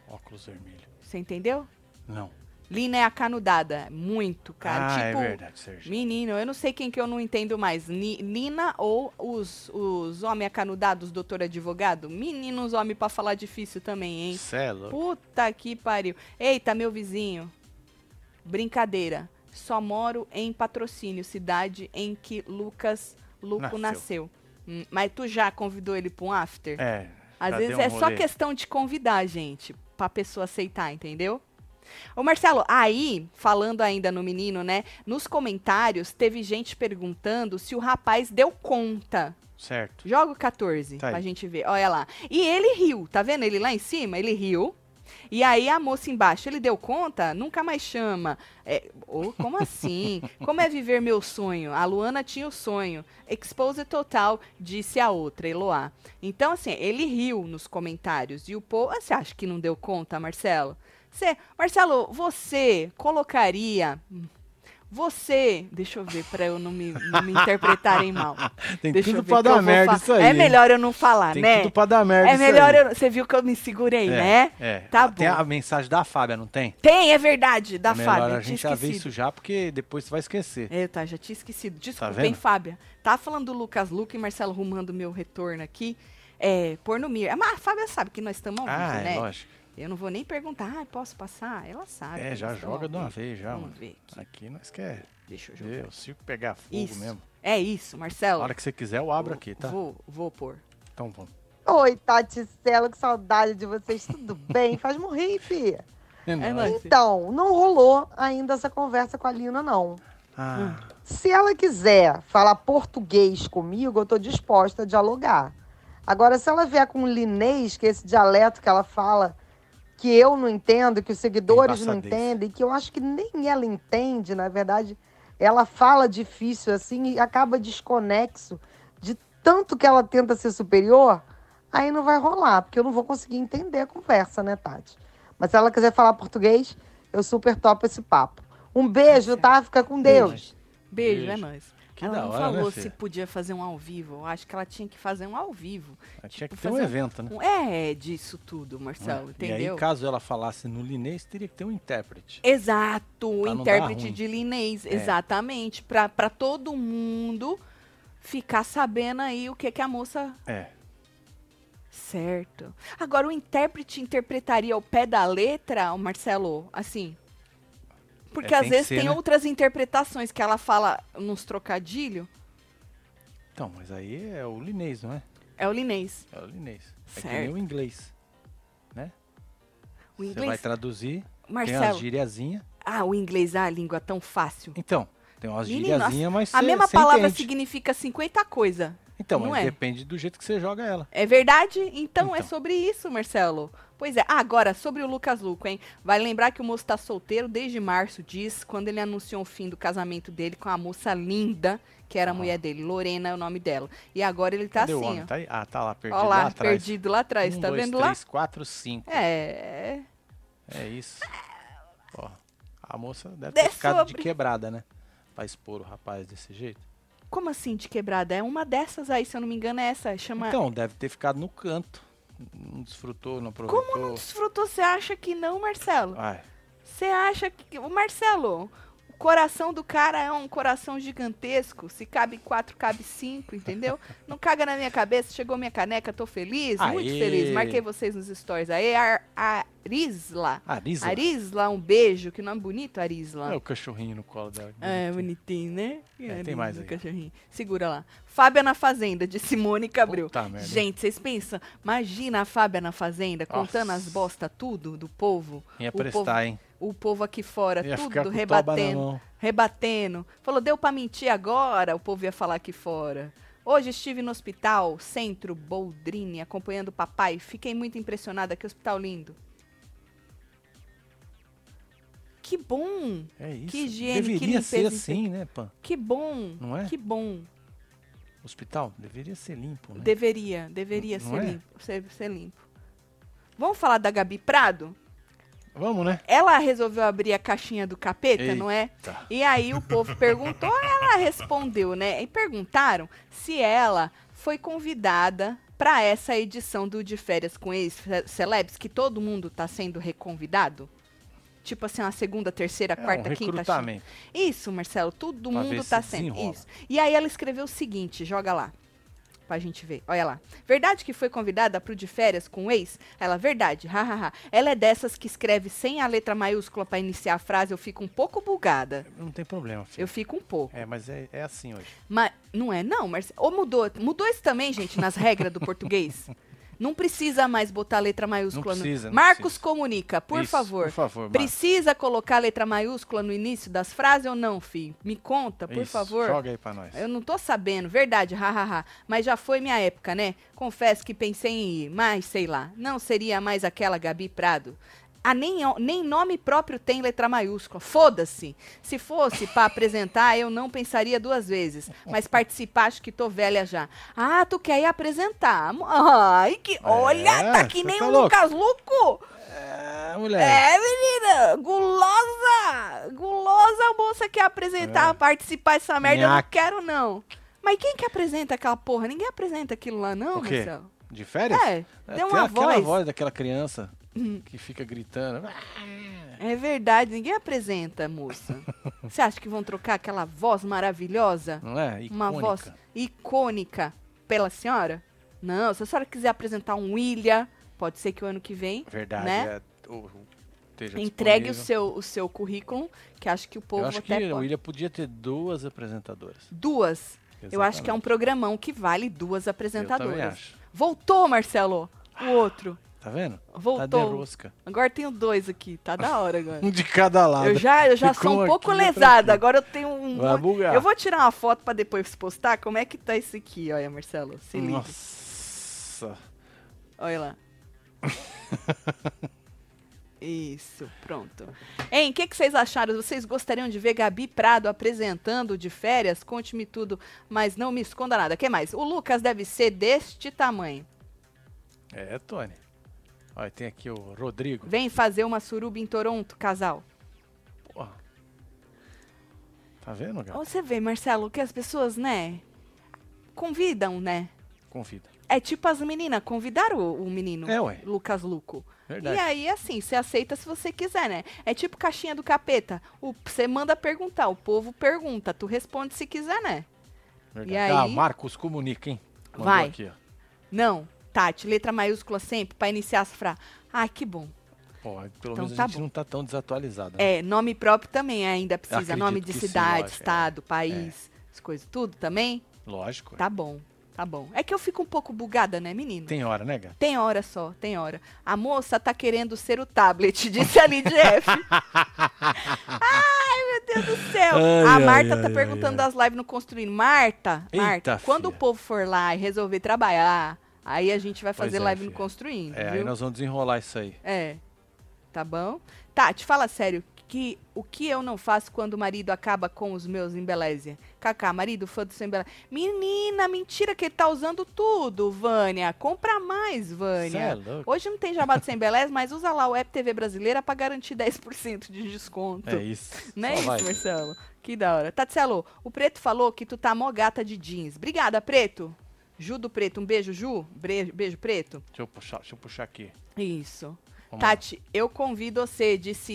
S2: Óculos vermelho.
S1: Você entendeu?
S2: Não.
S1: Lina é a canudada. Muito, cara.
S2: ah,
S1: tipo.
S2: é verdade, Sérgio.
S1: Menino, eu não sei quem que eu não entendo mais. Ni- Lina ou os, os homens acanudados, doutor advogado? Meninos homens pra falar difícil também, hein?
S2: Cê é louco.
S1: Puta que pariu. Eita, meu vizinho. Brincadeira. Só moro em patrocínio, cidade em que Lucas Luco nasceu.
S2: Nasceu.
S1: Hum, mas tu já convidou ele pra um after?
S2: É.
S1: Às
S2: já
S1: vezes
S2: deu um
S1: é só
S2: rolê.
S1: questão de convidar, gente, pra pessoa aceitar, entendeu? Ô Marcelo, aí, falando ainda no menino, né? Nos comentários teve gente perguntando se o rapaz deu conta.
S2: Certo.
S1: Joga o 14
S2: Tá aí.
S1: pra gente ver. Olha lá. E ele riu, tá vendo? Ele lá em cima, ele riu. E aí a moça embaixo, ele deu conta? Nunca mais chama. É, ô, como assim? Como é viver meu sonho? A Luana tinha o sonho. Expose total, disse a outra, Eloá. Então, assim, ele riu nos comentários. E o povo. Ah, Você acha que não deu conta, Marcelo? Você, Marcelo, você colocaria. Você. Deixa eu ver pra eu não me, não me interpretarem mal.
S2: Tem
S1: Deixa eu
S2: tudo
S1: ver
S2: pra
S1: que eu
S2: dar
S1: vou
S2: merda
S1: fa-
S2: isso aí.
S1: É
S2: hein?
S1: melhor eu não falar,
S2: Tem
S1: né?
S2: tudo pra dar merda
S1: É
S2: isso
S1: melhor
S2: aí.
S1: eu. Você viu que eu me segurei, né?
S2: É.
S1: Tá
S2: Tem
S1: bom.
S2: a mensagem da Fábia, não tem?
S1: Tem, é verdade, da
S2: é melhor
S1: Fábia.
S2: a
S1: eu tinha
S2: gente já vê
S1: esquecido.
S2: isso já, porque depois você vai esquecer.
S1: É, tá, já tinha esquecido. Desculpa,
S2: Tá vendo?
S1: hein, Fábia. Tava falando do Lucas Luca e Marcelo rumando meu retorno aqui. É, pôr no mir. Mas a Fábia sabe que nós estamos ao vivo,
S2: ah,
S1: né? Ah,
S2: é lógico.
S1: Eu não vou nem perguntar, ah, posso passar? Ela sabe.
S2: É,
S1: que
S2: já
S1: nós estamos
S2: joga
S1: ao
S2: de uma
S1: vivo.
S2: vez já,
S1: Vamos
S2: mano.
S1: ver aqui.
S2: Aqui nós quer
S1: Deixa eu jogar.
S2: ver o circo pegar fogo
S1: Isso.
S2: mesmo.
S1: É isso,
S2: A
S1: Marcelo.
S2: hora que você quiser, eu abro aqui, tá?
S1: Vou, vou pôr.
S2: Então vamos.
S4: Oi, Tati Celo, que saudade de vocês. Tudo bem? Faz morrer, filha.
S2: É nóis.
S4: um Então, não rolou ainda essa conversa com a Lina, não.
S2: Ah,
S4: Se ela quiser falar português comigo, eu tô disposta a dialogar. Agora, se ela vier com linês, que é esse dialeto que ela fala, que eu não entendo, que os seguidores não
S2: Embaçadez.
S4: entendem, que eu acho que nem ela entende, na verdade, ela fala difícil assim e acaba desconexo de tanto que ela tenta ser superior, aí não vai rolar, porque eu não vou conseguir entender a conversa, né, Tati? Mas se ela quiser falar português, eu super topo esse papo. Um beijo, tá? Fica com Deus.
S1: Beijo,
S2: Beijo.
S1: é nóis.
S2: que
S1: ela
S2: da
S1: não
S2: hora,
S1: falou
S2: né,
S1: se
S2: filha?
S1: podia fazer um ao vivo. Eu acho que ela tinha que fazer um ao vivo.
S2: Tinha
S1: tipo,
S2: que ter um
S1: fazer um-
S2: evento, né?
S1: Um- É disso tudo, Marcelo,
S2: É, E
S1: entendeu?
S2: aí, caso ela falasse no linês, teria que ter um intérprete.
S1: Exato, o
S2: Pra não dar
S1: intérprete
S2: ruim. É.
S1: de linês, exatamente. Pra, pra todo mundo ficar sabendo aí o que, que a moça.
S2: É.
S1: Certo. Agora, o intérprete interpretaria ao pé da letra, o Marcelo, assim. Porque
S2: É,
S1: às
S2: tem que
S1: vezes
S2: ser,
S1: tem
S2: né?
S1: outras interpretações que ela fala nos trocadilhos.
S2: Então, mas aí é o linês, não é?
S1: É o linês.
S2: É o linês. É que nem
S1: Certo.
S2: o inglês.
S1: O
S2: Você vai
S1: inglês.
S2: traduzir, tem as
S1: Marcelo.
S2: gíriazinhas.
S1: Ah, o inglês, ah, a língua tão fácil.
S2: Então, tem umas
S1: Menino, as-
S2: gíriazinhas, mas
S1: a
S2: cê-
S1: mesma
S2: cê
S1: palavra
S2: entende.
S1: significa 50 coisas.
S2: Então,
S1: não
S2: mas
S1: é.
S2: depende do jeito que você joga ela.
S1: É verdade? Então, é
S2: Então.
S1: sobre isso, Marcelo. Pois é. Ah, agora, sobre o Lucas Luco, hein? Vai lembrar que o moço tá solteiro desde março, diz, quando ele anunciou o fim do casamento dele com a moça linda, que era a
S2: Ah.
S1: mulher dele. Lorena é o nome dela. E agora ele tá
S2: Cadê o
S1: assim,
S2: homem?
S1: ó.
S2: Tá aí? Ah, tá lá, perdido
S1: Ó lá,
S2: lá atrás.
S1: perdido lá atrás.
S2: um,
S1: tá
S2: dois,
S1: vendo lá?
S2: três, quatro, cinco.
S1: É.
S2: É isso. Ó, a moça deve
S1: Dê
S2: ter ficado
S1: sobre.
S2: de quebrada, né? Pra expor o rapaz desse jeito.
S1: Como assim de quebrada? É uma dessas aí, se eu não me engano, é essa. Chama.
S2: Então, deve ter ficado no canto. Não desfrutou, não aproveitou.
S1: Como não desfrutou? Você acha que não, Marcelo?
S2: Ai,
S1: Você acha que. O Marcelo, o coração do cara é um coração gigantesco. Se cabe quatro, cabe cinco, entendeu? Não caga na minha cabeça. Chegou minha caneca, tô feliz, muito
S2: Aê!
S1: feliz. Marquei vocês nos stories. Aí, Ar- Arisla.
S2: Arisa.
S1: Arisla, um beijo. Que nome bonito,
S2: Ah, É
S1: Arisla.
S2: o cachorrinho no colo dela. que
S1: É, bonitinho,
S2: bonitinho.
S1: né?
S2: É, tem
S1: lindo
S2: mais
S1: o
S2: aí.
S1: cachorrinho. Segura lá. Fábia na Fazenda, de Simone Cabril.
S2: Puta merda.
S1: Gente, vocês pensam? Imagina a Fábia na Fazenda,
S2: Nossa.
S1: contando as bosta tudo do povo.
S2: Ia
S1: o povo-
S2: prestar, hein?
S1: o povo aqui fora,
S2: Ia ficar
S1: tudo
S2: com o toba na
S1: rebatendo,
S2: mão.
S1: rebatendo. Falou, deu pra mentir agora, o povo ia falar aqui fora. Hoje estive no hospital, centro, Boldrini, acompanhando o papai. Fiquei muito impressionada, que hospital lindo. Que bom,
S2: É isso.
S1: Que higiene, que
S2: Deveria ser
S1: limpeza,
S2: assim, né, Pan?
S1: que bom,
S2: Não é?
S1: que bom.
S2: Hospital, deveria ser limpo, né?
S1: Deveria, deveria
S2: Não
S1: ser,
S2: é?
S1: limpo, ser, ser limpo. Vamos falar da Gabi Prado?
S2: Vamos, né?
S1: Ela resolveu abrir a caixinha do capeta, não é?
S2: Tá.
S1: E aí o povo perguntou, ela respondeu, né? E perguntaram se ela foi convidada para essa edição do De Férias com Ex-Celebs, que todo mundo tá sendo reconvidado. Tipo assim, uma segunda, terceira,
S2: É
S1: quarta,
S2: um
S1: quinta. xi-
S2: recrutamento.
S1: Isso, Marcelo, todo
S2: Pra
S1: mundo
S2: ver se
S1: tá sendo.
S2: desenrola.
S1: Isso. E aí ela escreveu o seguinte, joga lá. Pra gente ver. Olha lá. Verdade que foi convidada pro de férias com o ex? Ela, verdade, hahaha. Ela é dessas que escreve sem a letra maiúscula pra iniciar a frase, eu fico um pouco bugada.
S2: Não tem problema, filho.
S1: Eu fico um pouco.
S2: É, mas é, é assim hoje.
S1: Mas não é, não, Marcelo. Ou mudou. Mudou isso também, gente, nas regras do português? Não precisa mais botar letra maiúscula
S2: Não precisa,
S1: no.
S2: não
S1: Marcos
S2: precisa.
S1: comunica, por
S2: Isso,
S1: favor.
S2: Por favor, Marcos.
S1: Precisa colocar letra maiúscula no início das frases ou não, filho? Me conta, por
S2: Isso,
S1: favor.
S2: Joga aí pra nós.
S1: Eu não tô sabendo, verdade, hahaha. Mas já foi minha época, né? Confesso que pensei em ir, mas sei lá. Não seria mais aquela Gabi Prado. Ah, nem, nem nome próprio tem letra maiúscula. Foda-se. Se fosse pra apresentar, eu não pensaria duas vezes. Mas participar, acho que tô velha já. Ah, tu quer ir apresentar? Ai, que. Olha, tá que
S2: É, você
S1: nem
S2: tá
S1: o
S2: louco.
S1: Lucas Luco!
S2: É, mulher.
S1: É, menina! Gulosa! Gulosa a moça quer
S2: É.
S1: apresentar, participar dessa merda, eu não
S2: Nhaque.
S1: quero, não. Mas quem que apresenta aquela porra? Ninguém apresenta aquilo lá, não,
S2: O quê?
S1: Marcelo?
S2: De férias?
S1: É,
S2: Tem
S1: tem uma
S2: aquela
S1: voz. Hum.
S2: voz. daquela criança que fica gritando. ah,
S1: É verdade, ninguém apresenta, moça. Você acha que vão trocar aquela voz maravilhosa?
S2: Não é? Icônica.
S1: Uma voz icônica pela senhora? Não, se a senhora quiser apresentar um William, pode ser que o ano que vem
S2: Verdade.
S1: Né?
S2: é, o- o- esteja
S1: entregue o
S2: Tá disponível.
S1: seu, o seu currículo, que acho que o povo
S2: Eu acho que
S1: até
S2: o
S1: pode.
S2: William podia ter duas apresentadoras.
S1: Duas. Eu acho que é um
S2: Exatamente.
S1: programão que vale duas
S2: Eu também
S1: apresentadoras.
S2: acho.
S1: Voltou, Marcelo, o outro.
S2: Tá vendo? Tá de
S1: Voltou.
S2: rosca.
S1: agora tenho dois aqui. Tá da hora agora.
S2: Um de cada lado.
S1: Eu já, eu já
S2: Ficou
S1: sou um pouco
S2: aqui,
S1: lesada.
S2: tranquilo.
S1: Agora eu tenho um.
S2: Vai bugar.
S1: Eu vou tirar uma foto pra depois postar. Como é que tá esse aqui? Olha, Marcelo. Se liga.
S2: Nossa.
S1: Olha lá. Isso, pronto. Hein, o que, que vocês acharam? Vocês gostariam de ver Gabi Prado apresentando de férias? Conte-me tudo, mas não me esconda nada. que mais? O Lucas deve ser deste tamanho.
S2: É, Tony. Olha, tem aqui o Rodrigo.
S1: Vem fazer uma suruba em Toronto, casal.
S2: Porra. Tá vendo,
S1: Ó,
S2: Gabi?
S1: Você vê, Marcelo, que as pessoas, né? Convidam, né?
S2: Confida.
S1: É tipo as meninas convidaram o, o menino,
S2: É, ué.
S1: Lucas Luco.
S2: Verdade.
S1: E aí, assim, você aceita se você quiser, né? É tipo caixinha do capeta. O- Você manda perguntar, o povo pergunta, tu responde se quiser, né?
S2: verdade.
S1: e aí-
S2: Ah, Marcos comunica, hein? Mandou
S1: Vai.
S2: aqui, ó.
S1: Não, Tati, letra maiúscula sempre, pra iniciar as frases. Ah, que bom.
S2: Pô, pelo
S1: Então
S2: menos
S1: tá
S2: a gente
S1: bom.
S2: não tá tão desatualizado. né?
S1: É, nome próprio também ainda precisa.
S2: Acredito
S1: Nome de
S2: que sim,
S1: cidade,
S2: lógico, é.
S1: estado, país, as coisas, tudo também?
S2: Lógico.
S1: Tá bom, tá bom. É que eu fico um pouco bugada, né, menino?
S2: Tem hora, né, Gabi?
S1: Tem hora só, tem hora. A moça tá querendo ser o tablet, disse a Lid F. Ai, meu Deus do céu.
S2: Ai,
S1: a
S2: ai,
S1: Marta tá
S2: ai,
S1: perguntando das lives no Construindo. Marta,
S2: Eita,
S1: Marta, quando o
S2: fia.
S1: povo for lá e resolver trabalhar, aí a gente vai
S2: Pois
S1: fazer
S2: é,
S1: live no
S2: fia.
S1: Construindo,
S2: É, aí
S1: viu?
S2: nós vamos desenrolar isso aí.
S1: É. Tá bom? Tati, fala sério. Que, o que eu não faço quando o marido acaba com os meus embelésia? Kaká, marido fã do seu embeleze. Menina, mentira que ele tá usando tudo, Vânia. Compra mais, Vânia.
S2: Cê é louco.
S1: Hoje não tem jabá do Sem Beleza, mas usa lá o App TV Brasileira pra garantir 10% de desconto.
S2: É isso.
S1: Não é
S2: Só
S1: isso,
S2: vai.
S1: Marcelo? Que da hora. Tatselo, o Preto falou que tu tá mó gata de jeans. Obrigada, Preto. Ju do Preto, um beijo, Ju. Bre- beijo, Preto.
S2: Deixa eu puxar, deixa eu puxar aqui.
S1: Isso.
S2: Vamos lá.
S1: Tati, eu convido você, disse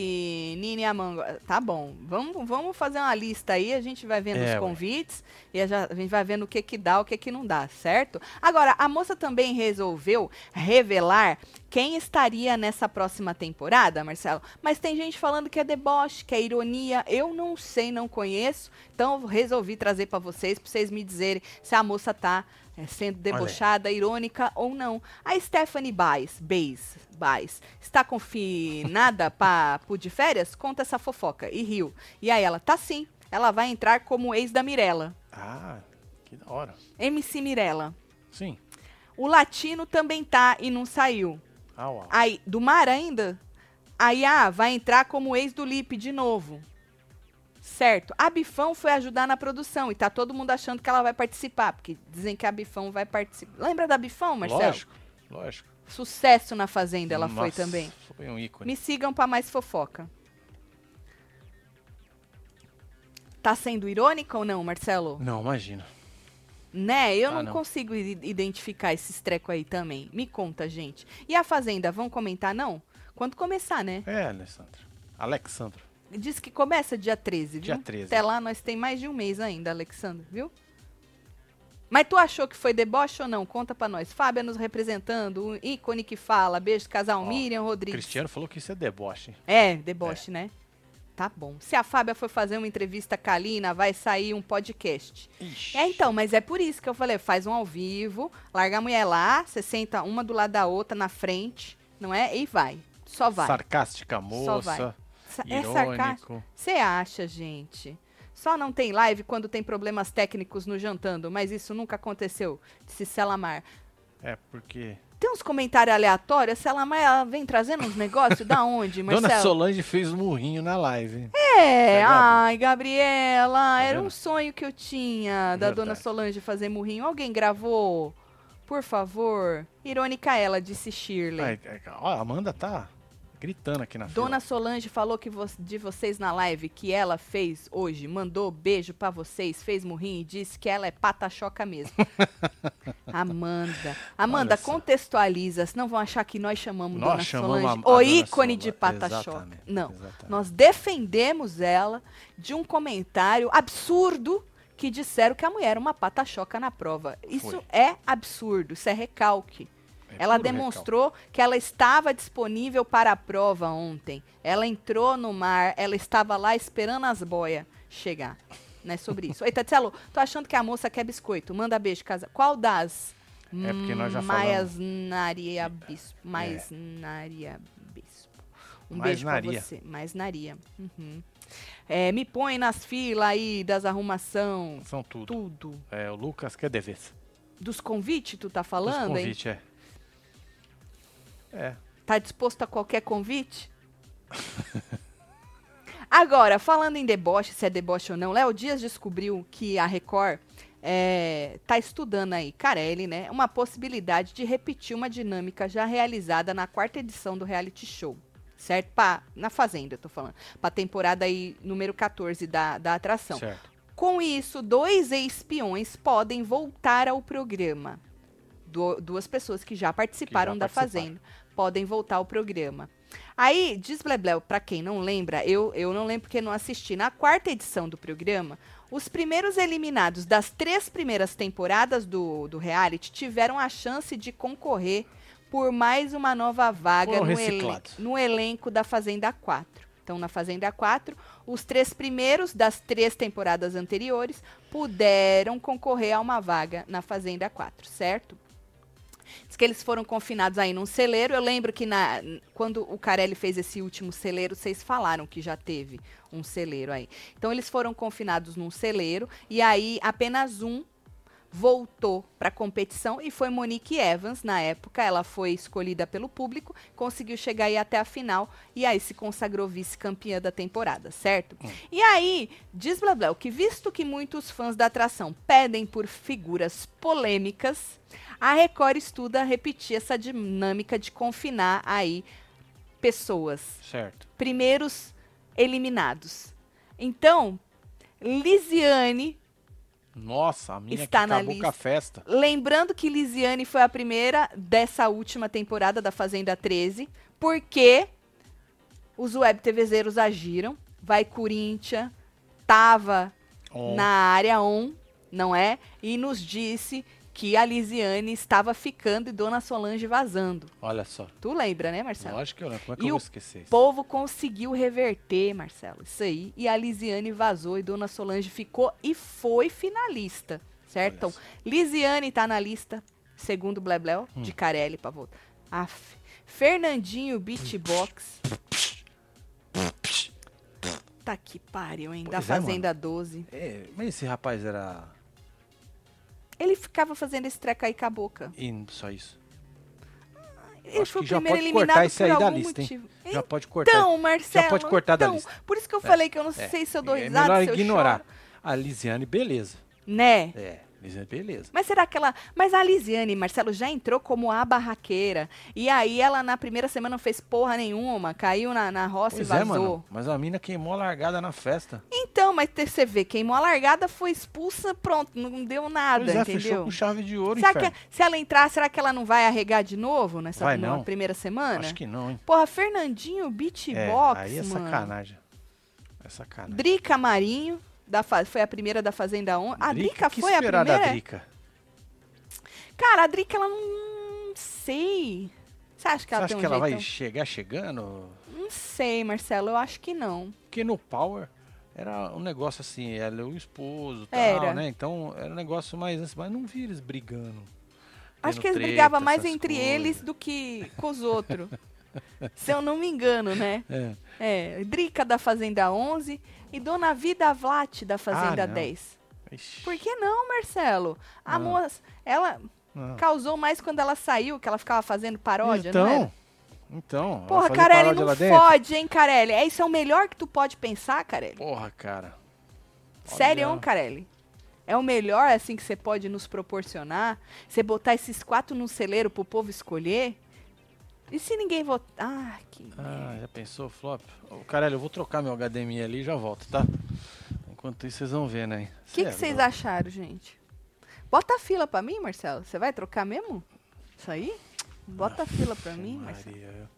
S1: Nini Amango. Tá bom, vamos, vamos fazer uma lista aí, a gente vai vendo
S2: É, ué.
S1: os convites e a, já- a gente vai vendo o que que dá, o que que não dá, certo? Agora, a moça também resolveu revelar quem estaria nessa próxima temporada, Marcelo, mas tem gente falando que é deboche, que é ironia, eu não sei, não conheço, então eu resolvi trazer pra vocês, pra vocês me dizerem se a moça tá é, sendo
S2: aí.
S1: debochada, irônica ou não. A Stephanie Baez, Baez, Baez está confinada para de férias? Conta essa fofoca e riu. E aí ela, tá sim, ela vai entrar como ex da Mirella,
S2: Ah, que da hora.
S1: MC Mirella.
S2: Sim.
S1: O Latino também tá e não saiu.
S2: Au, au.
S1: Aí, do mar ainda? Aí, ah, vai entrar como ex do Lipe de novo. Certo. A Bifão foi ajudar na produção e tá todo mundo achando que ela vai participar, porque dizem que a Bifão vai participar. Lembra da Bifão, Marcelo?
S2: lógico, lógico.
S1: Sucesso na Fazenda ela foi
S2: Nossa,
S1: também.
S2: Foi um ícone.
S1: Me sigam pra mais fofoca. Tá sendo irônica ou não, Marcelo?
S2: Não, imagina.
S1: Né? Eu
S2: Ah,
S1: não,
S2: não.
S1: consigo i- identificar esses treco aí também. Me conta, gente. E a Fazenda, vão comentar não? Quando começar, né?
S2: É, Alessandro. Alexandro.
S1: Diz que começa dia 13, viu?
S2: Dia 13.
S1: Até lá nós tem mais de um mês ainda, Alexandre, viu? Mas tu achou que foi deboche ou não? Conta pra nós. Fábia nos representando, um ícone que fala. Beijo, casal
S2: Ó,
S1: Miriam, Rodrigues.
S2: Cristiano falou que isso é deboche, hein?
S1: É, deboche, né? Tá bom. Se a Fábia for fazer uma entrevista com a Lina, vai sair um podcast.
S2: Ixi.
S1: É, então, mas é por isso que eu falei, faz um ao vivo, larga a mulher lá, você senta uma do lado da outra na frente, não é? E vai. Só vai.
S2: Sarcástica
S1: Só vai.
S2: moça.
S1: Sa- é sarcástico.
S2: Irônico.
S1: Você acha, gente? Só não tem live quando tem problemas técnicos no jantando, mas isso nunca aconteceu, disse Selamar.
S2: É, porque.
S1: Tem uns comentários aleatórios, Selamar ela vem trazendo uns negócios da onde, Marcelo?
S2: Dona Solange fez um murrinho na live.
S1: É,
S2: hein? Tá ligado?
S1: ai, Gabriela, era um
S2: vendo?
S1: sonho que eu tinha da
S2: É Verdade.
S1: dona Solange fazer murrinho. Alguém gravou? Por favor. Irônica ela, disse Shirley.
S2: Ai, ai, é, ó, a Amanda tá gritando aqui na
S1: Dona
S2: fila.
S1: Solange falou que vo- de vocês na live que ela fez hoje, mandou beijo pra vocês, fez murrinho e disse que ela é patachoca mesmo. Amanda. Amanda,
S2: Olha só.
S1: contextualiza, senão vão achar que nós chamamos
S2: Nós
S1: Dona
S2: chamamos
S1: Solange
S2: a- a
S1: o
S2: Dona
S1: ícone
S2: Sola-
S1: de patachoca.
S2: Exatamente,
S1: Não.
S2: exatamente.
S1: Nós defendemos ela de um comentário absurdo que disseram que a mulher era uma patachoca na prova. Isso
S2: Foi.
S1: é absurdo, isso é recalque.
S2: É
S1: ela
S2: puro
S1: demonstrou que ela estava disponível para a prova ontem. Ela entrou no mar, ela estava lá esperando as boias chegar. né, Não é sobre isso. Oi, Tatselo, tô achando que a moça quer biscoito. Manda beijo, casa. Qual das? hum,
S2: recalque. É porque nós já falamos. É.
S1: Mais Naria Bispo. Mais Naria Bispo. Um
S2: Mais
S1: beijo
S2: Naria.
S1: pra você. Mais Naria. Uhum. É, me põe nas filas aí das arrumação.
S2: São tudo.
S1: Tudo.
S2: É, o Lucas que é devesse.
S1: Dos convites, tu tá
S2: Os
S1: falando, hein?
S2: convite, é. É.
S1: Tá disposto a qualquer convite? Agora, falando em deboche, se é deboche ou não, Léo Dias descobriu que a Record é, tá estudando aí, Carelli, né? Uma possibilidade de repetir uma dinâmica já realizada na quarta edição do reality show. Certo? Pra, na Fazenda, eu tô falando. Pra temporada aí, número 14 da, da atração.
S2: Certo.
S1: Com isso, dois espiões podem voltar ao programa. Du- duas pessoas que já participaram
S2: Que já
S1: da
S2: participaram.
S1: Fazenda podem voltar ao programa. Aí, diz Blebleu, pra quem não lembra, eu, eu não lembro porque não assisti. Na quarta edição do programa, os primeiros eliminados das três primeiras temporadas do, do reality tiveram a chance de concorrer por mais uma nova vaga
S2: Foram
S1: no, elen-
S2: reciclados.
S1: no elenco da Fazenda 4. Então, na Fazenda 4, os três primeiros das três temporadas anteriores puderam concorrer a uma vaga na Fazenda 4, certo? Diz que eles foram confinados aí num celeiro. Eu lembro que na, quando o Carelli fez esse último celeiro, vocês falaram que já teve um celeiro aí. Então eles foram confinados num celeiro e aí apenas um voltou para a competição e foi Monique Evans na época. Ela foi escolhida pelo público, conseguiu chegar aí até a final e aí se consagrou vice-campeã da temporada, certo? E aí, diz Blablabla que visto que muitos fãs da atração pedem por figuras polêmicas, a Record estuda repetir essa dinâmica de confinar aí pessoas
S2: Certo.
S1: primeiros eliminados. Então, Lisiane,
S2: Nossa, a minha
S1: Está
S2: que
S1: na
S2: acabou com a
S1: lista.
S2: festa.
S1: lembrando que Lisiane foi a primeira dessa última temporada da Fazenda 13, porque os web TVzeiros agiram, vai Corinthians, tava
S2: On.
S1: na área on, não é? E nos disse que a Lisiane estava ficando e Dona Solange vazando.
S2: Olha só.
S1: Tu lembra, né, Marcelo?
S2: Lógico que eu não. Como é que
S1: E
S2: eu
S1: o
S2: vou esquecer
S1: O
S2: isso?
S1: povo conseguiu reverter, Marcelo, isso aí. E a Lisiane vazou e Dona Solange ficou e foi finalista, certo?
S2: Olha
S1: Então, Lisiane tá na lista, segundo Blebleu,
S2: Hum.
S1: de Carelli pra voltar. Aff. Fernandinho Beatbox. tá que pariu, hein? da
S2: Pois é, mano.
S1: Fazenda 12.
S2: É, mas esse rapaz era.
S1: Ele ficava fazendo esse treco aí com a boca.
S2: E só isso.
S1: Ele
S2: Acho
S1: foi o
S2: que já
S1: primeiro
S2: pode
S1: eliminado
S2: cortar esse
S1: por
S2: aí da
S1: algum
S2: lista, hein?
S1: motivo.
S2: Já pode cortar.
S1: Então, Marcelo.
S2: pode cortar da
S1: então,
S2: lista.
S1: Por isso que eu falei que eu não sei se eu dou
S2: é
S1: risada,
S2: melhor
S1: se eu
S2: ignorar.
S1: choro.
S2: A Lisiane, beleza.
S1: Né?
S2: É, Lisiane, beleza.
S1: Mas será que ela. Mas a Lisiane, Marcelo, já entrou como a barraqueira. E aí ela na primeira semana não fez porra nenhuma, caiu na, na roça e
S2: Pois
S1: vazou.
S2: é, mano. Mas a mina queimou a largada na festa.
S1: então, mas você vê, queimou a largada, foi expulsa, pronto, não deu nada,
S2: pois é, fechou
S1: entendeu?
S2: com chave de ouro,
S1: Será
S2: inferno.
S1: que, é, se ela entrar, será que ela não vai arregar de novo nessa
S2: Vai
S1: numa
S2: não.
S1: primeira semana?
S2: Acho que não, hein?
S1: Porra, Fernandinho,
S2: É,
S1: beatbox,
S2: aí é
S1: mano.
S2: sacanagem. É sacanagem.
S1: Drica Marinho, da fa- foi a primeira da Fazenda 11. A Drica
S2: que
S1: foi a
S2: esperar
S1: primeira?
S2: da Drica?
S1: Cara, a Drica, ela não não sei. Você acha que
S2: Você
S1: ela
S2: acha
S1: tem um
S2: que ela vai
S1: jeitão?
S2: chegar chegando?
S1: Não sei, Marcelo, eu acho que não.
S2: Porque no Power era um negócio assim, ela e o esposo, tal,
S1: Era.
S2: né? Então era um negócio mais assim, mas não vi eles brigando.
S1: Acho
S2: Tendo
S1: que eles
S2: treta,
S1: brigavam mais
S2: essas
S1: entre
S2: coisas.
S1: eles do que com os outros. se eu não me engano, né?
S2: É.
S1: É, Drica da Fazenda 11 e Dona Vida Vlat da Fazenda
S2: Ah, não. Ah.
S1: 10.
S2: Ixi,
S1: Por que não, Marcelo? A
S2: Não.
S1: moça, ela
S2: não.
S1: causou mais quando ela saiu, que ela ficava fazendo paródia, não era?
S2: então, então. ela
S1: Porra,
S2: fazer
S1: Carelli,
S2: paródia
S1: não
S2: lá dentro?
S1: fode, hein, Carelli? É isso é o melhor que tu pode pensar, Carelli?
S2: Porra, cara.
S1: Sério, um
S2: Olha.
S1: Carelli? É o melhor, assim, que você pode nos proporcionar? Você botar esses quatro num celeiro pro povo escolher? E se ninguém votar? Ah, que merda.
S2: Ah, já pensou, Flop? Ô, Caralho, eu vou trocar meu HDMI ali e já volto, tá? Enquanto isso, vocês vão ver, né?
S1: O que que vocês acharam, gente? Bota a fila pra mim, Marcelo. Você vai trocar mesmo? Isso aí? Bota a fila pra mim, Marcelo.
S2: Maria.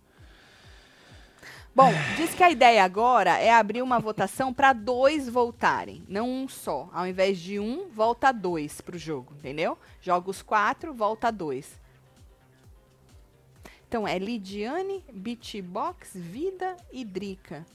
S1: Bom, diz que a ideia agora é abrir uma votação para dois voltarem, não um só. Ao invés de um, volta dois pro jogo, entendeu? Joga os quatro, volta dois. Então é Lidiane, Beatbox, Vida e Drica.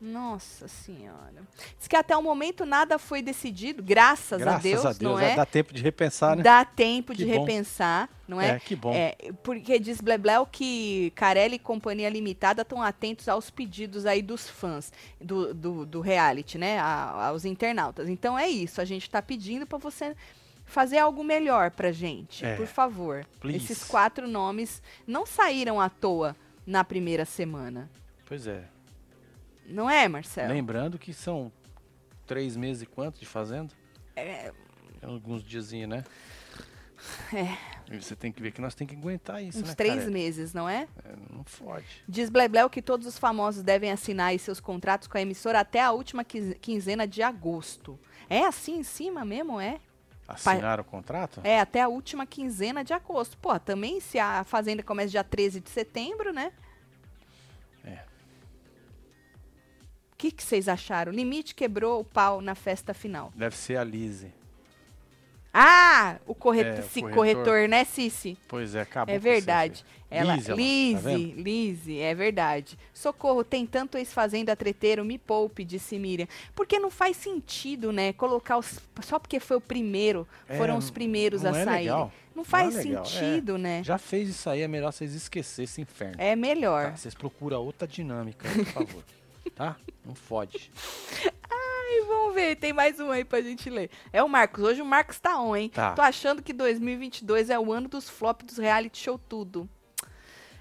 S1: Nossa senhora. Diz que até o momento nada foi decidido, graças, a Deus, não é?
S2: Dá tempo de repensar, né?
S1: Dá tempo
S2: Que
S1: de
S2: bom.
S1: repensar, não é?
S2: que bom.
S1: É, porque diz Blebleu que Carelli e Companhia Limitada estão atentos aos pedidos aí dos fãs do, do, do reality, né? A- aos internautas. Então é isso, a gente tá pedindo para você fazer algo melhor pra gente,
S2: É.
S1: por favor.
S2: Please.
S1: Esses quatro nomes não saíram à toa na primeira semana,
S2: Pois é.
S1: não é, Marcelo?
S2: Lembrando que são três meses e quanto de fazenda? É. Alguns diazinhos, né? É. E você tem que ver que nós temos que aguentar isso,
S1: Uns
S2: né,
S1: três
S2: cara?
S1: meses, não é?
S2: É, não fode.
S1: Diz Blebleu que todos os famosos devem assinar aí seus contratos com a emissora até a última quinze- quinzena de agosto. É assim em cima mesmo, é?
S2: Assinaram o contrato?
S1: É, até a última quinzena de agosto. Pô, também se a Fazenda começa dia 13 de setembro, né?
S2: É.
S1: O que que vocês acharam? Limite quebrou o pau na festa final.
S2: Deve ser a Lise.
S1: Ah, o
S2: É, o
S1: corretor, se corretor.
S2: corretor,
S1: né, Cici?
S2: Pois é, acabou.
S1: É
S2: com você,
S1: verdade.
S2: filho.
S1: Ela,
S2: Lise,
S1: Lise,
S2: ela- tá
S1: Lise,
S2: vendo?
S1: é verdade. Socorro, tem tanto ex-fazenda treteiro, me poupe, disse Miriam. Porque não faz sentido, né, colocar os... Só porque foi o primeiro,
S2: É,
S1: foram os primeiros
S2: não
S1: a
S2: é
S1: sair. né?
S2: legal.
S1: Não faz
S2: Não é legal, é.
S1: sentido, né?
S2: Já fez isso aí, é melhor vocês esquecer esse inferno.
S1: É melhor.
S2: tá? Vocês procuram outra dinâmica, por favor. tá? Não fode.
S1: E vamos ver, tem mais um aí pra gente ler. É o Marcos, hoje o Marcos tá on, hein?
S2: Tá.
S1: Tô achando que 2022 é o ano dos flops dos reality show tudo.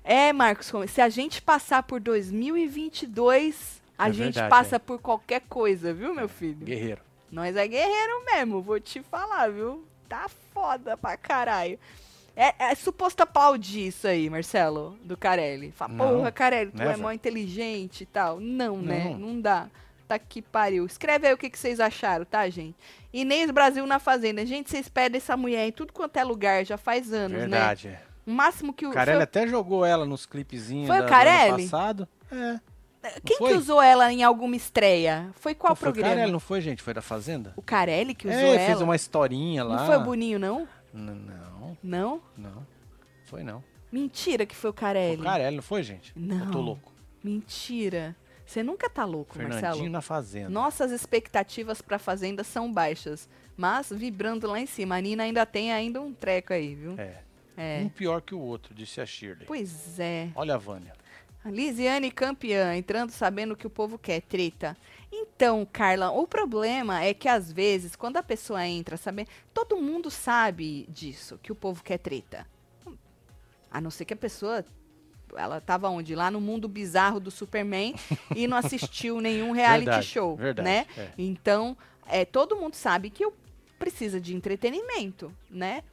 S1: É, Marcos, Gomes, se a gente passar por 2022, a
S2: É
S1: gente
S2: verdade,
S1: passa
S2: é.
S1: por qualquer coisa, viu, meu filho?
S2: Guerreiro.
S1: Nós é guerreiro mesmo, vou te falar, viu? Tá foda pra caralho. É, é suposto aplaudir isso aí, Marcelo, do Carelli. Fala,
S2: Não,
S1: porra, Carelli, tu é
S2: never.
S1: mó inteligente e tal. Não, né?
S2: Não.
S1: Não dá. Tá que pariu. Escreve aí o que, que vocês acharam, tá, gente? Inês Brasil na Fazenda. Gente, vocês pedem essa mulher em tudo quanto é lugar, já faz anos, né?
S2: Verdade. é.
S1: O máximo que o.
S2: O Carelli é-
S1: foi-
S2: até jogou ela nos clipezinhos
S1: Foi o
S2: da- do ano
S1: Carelli?
S2: passado. É.
S1: Quem
S2: foi?
S1: que usou ela em alguma estreia? Foi qual
S2: não foi o
S1: programa?
S2: Carelli, não foi, gente? Foi da Fazenda?
S1: O Carelli que usou
S2: é,
S1: ela?
S2: fez uma historinha lá.
S1: Não foi o Boninho, não?
S2: N- Não,
S1: Não?
S2: não. Foi não.
S1: Mentira que foi o
S2: Foi
S1: Carelli.
S2: o Carelli, não foi, gente? Eu tô
S1: Não.
S2: louco.
S1: Mentira. Você nunca tá louco,
S2: Fernandinho
S1: Marcelo.
S2: na Fazenda.
S1: Nossas expectativas pra Fazenda são baixas, mas vibrando lá em cima. A Nina ainda tem ainda um treco aí, viu?
S2: É.
S1: É.
S2: Um pior que o outro, disse a Shirley.
S1: Pois é.
S2: Olha a Vânia.
S1: A Lisiane campeã, entrando sabendo o que o povo quer, treta. Então, Carla, o problema é que às vezes, quando a pessoa entra sabendo. Todo mundo sabe disso, que o povo quer treta. A não ser que a pessoa. Ela tava onde? Lá no mundo bizarro do Superman e não assistiu nenhum É reality
S2: Verdade,
S1: show.
S2: verdade,
S1: né?
S2: é.
S1: Então, é, todo mundo sabe que eu precisa de entretenimento, né?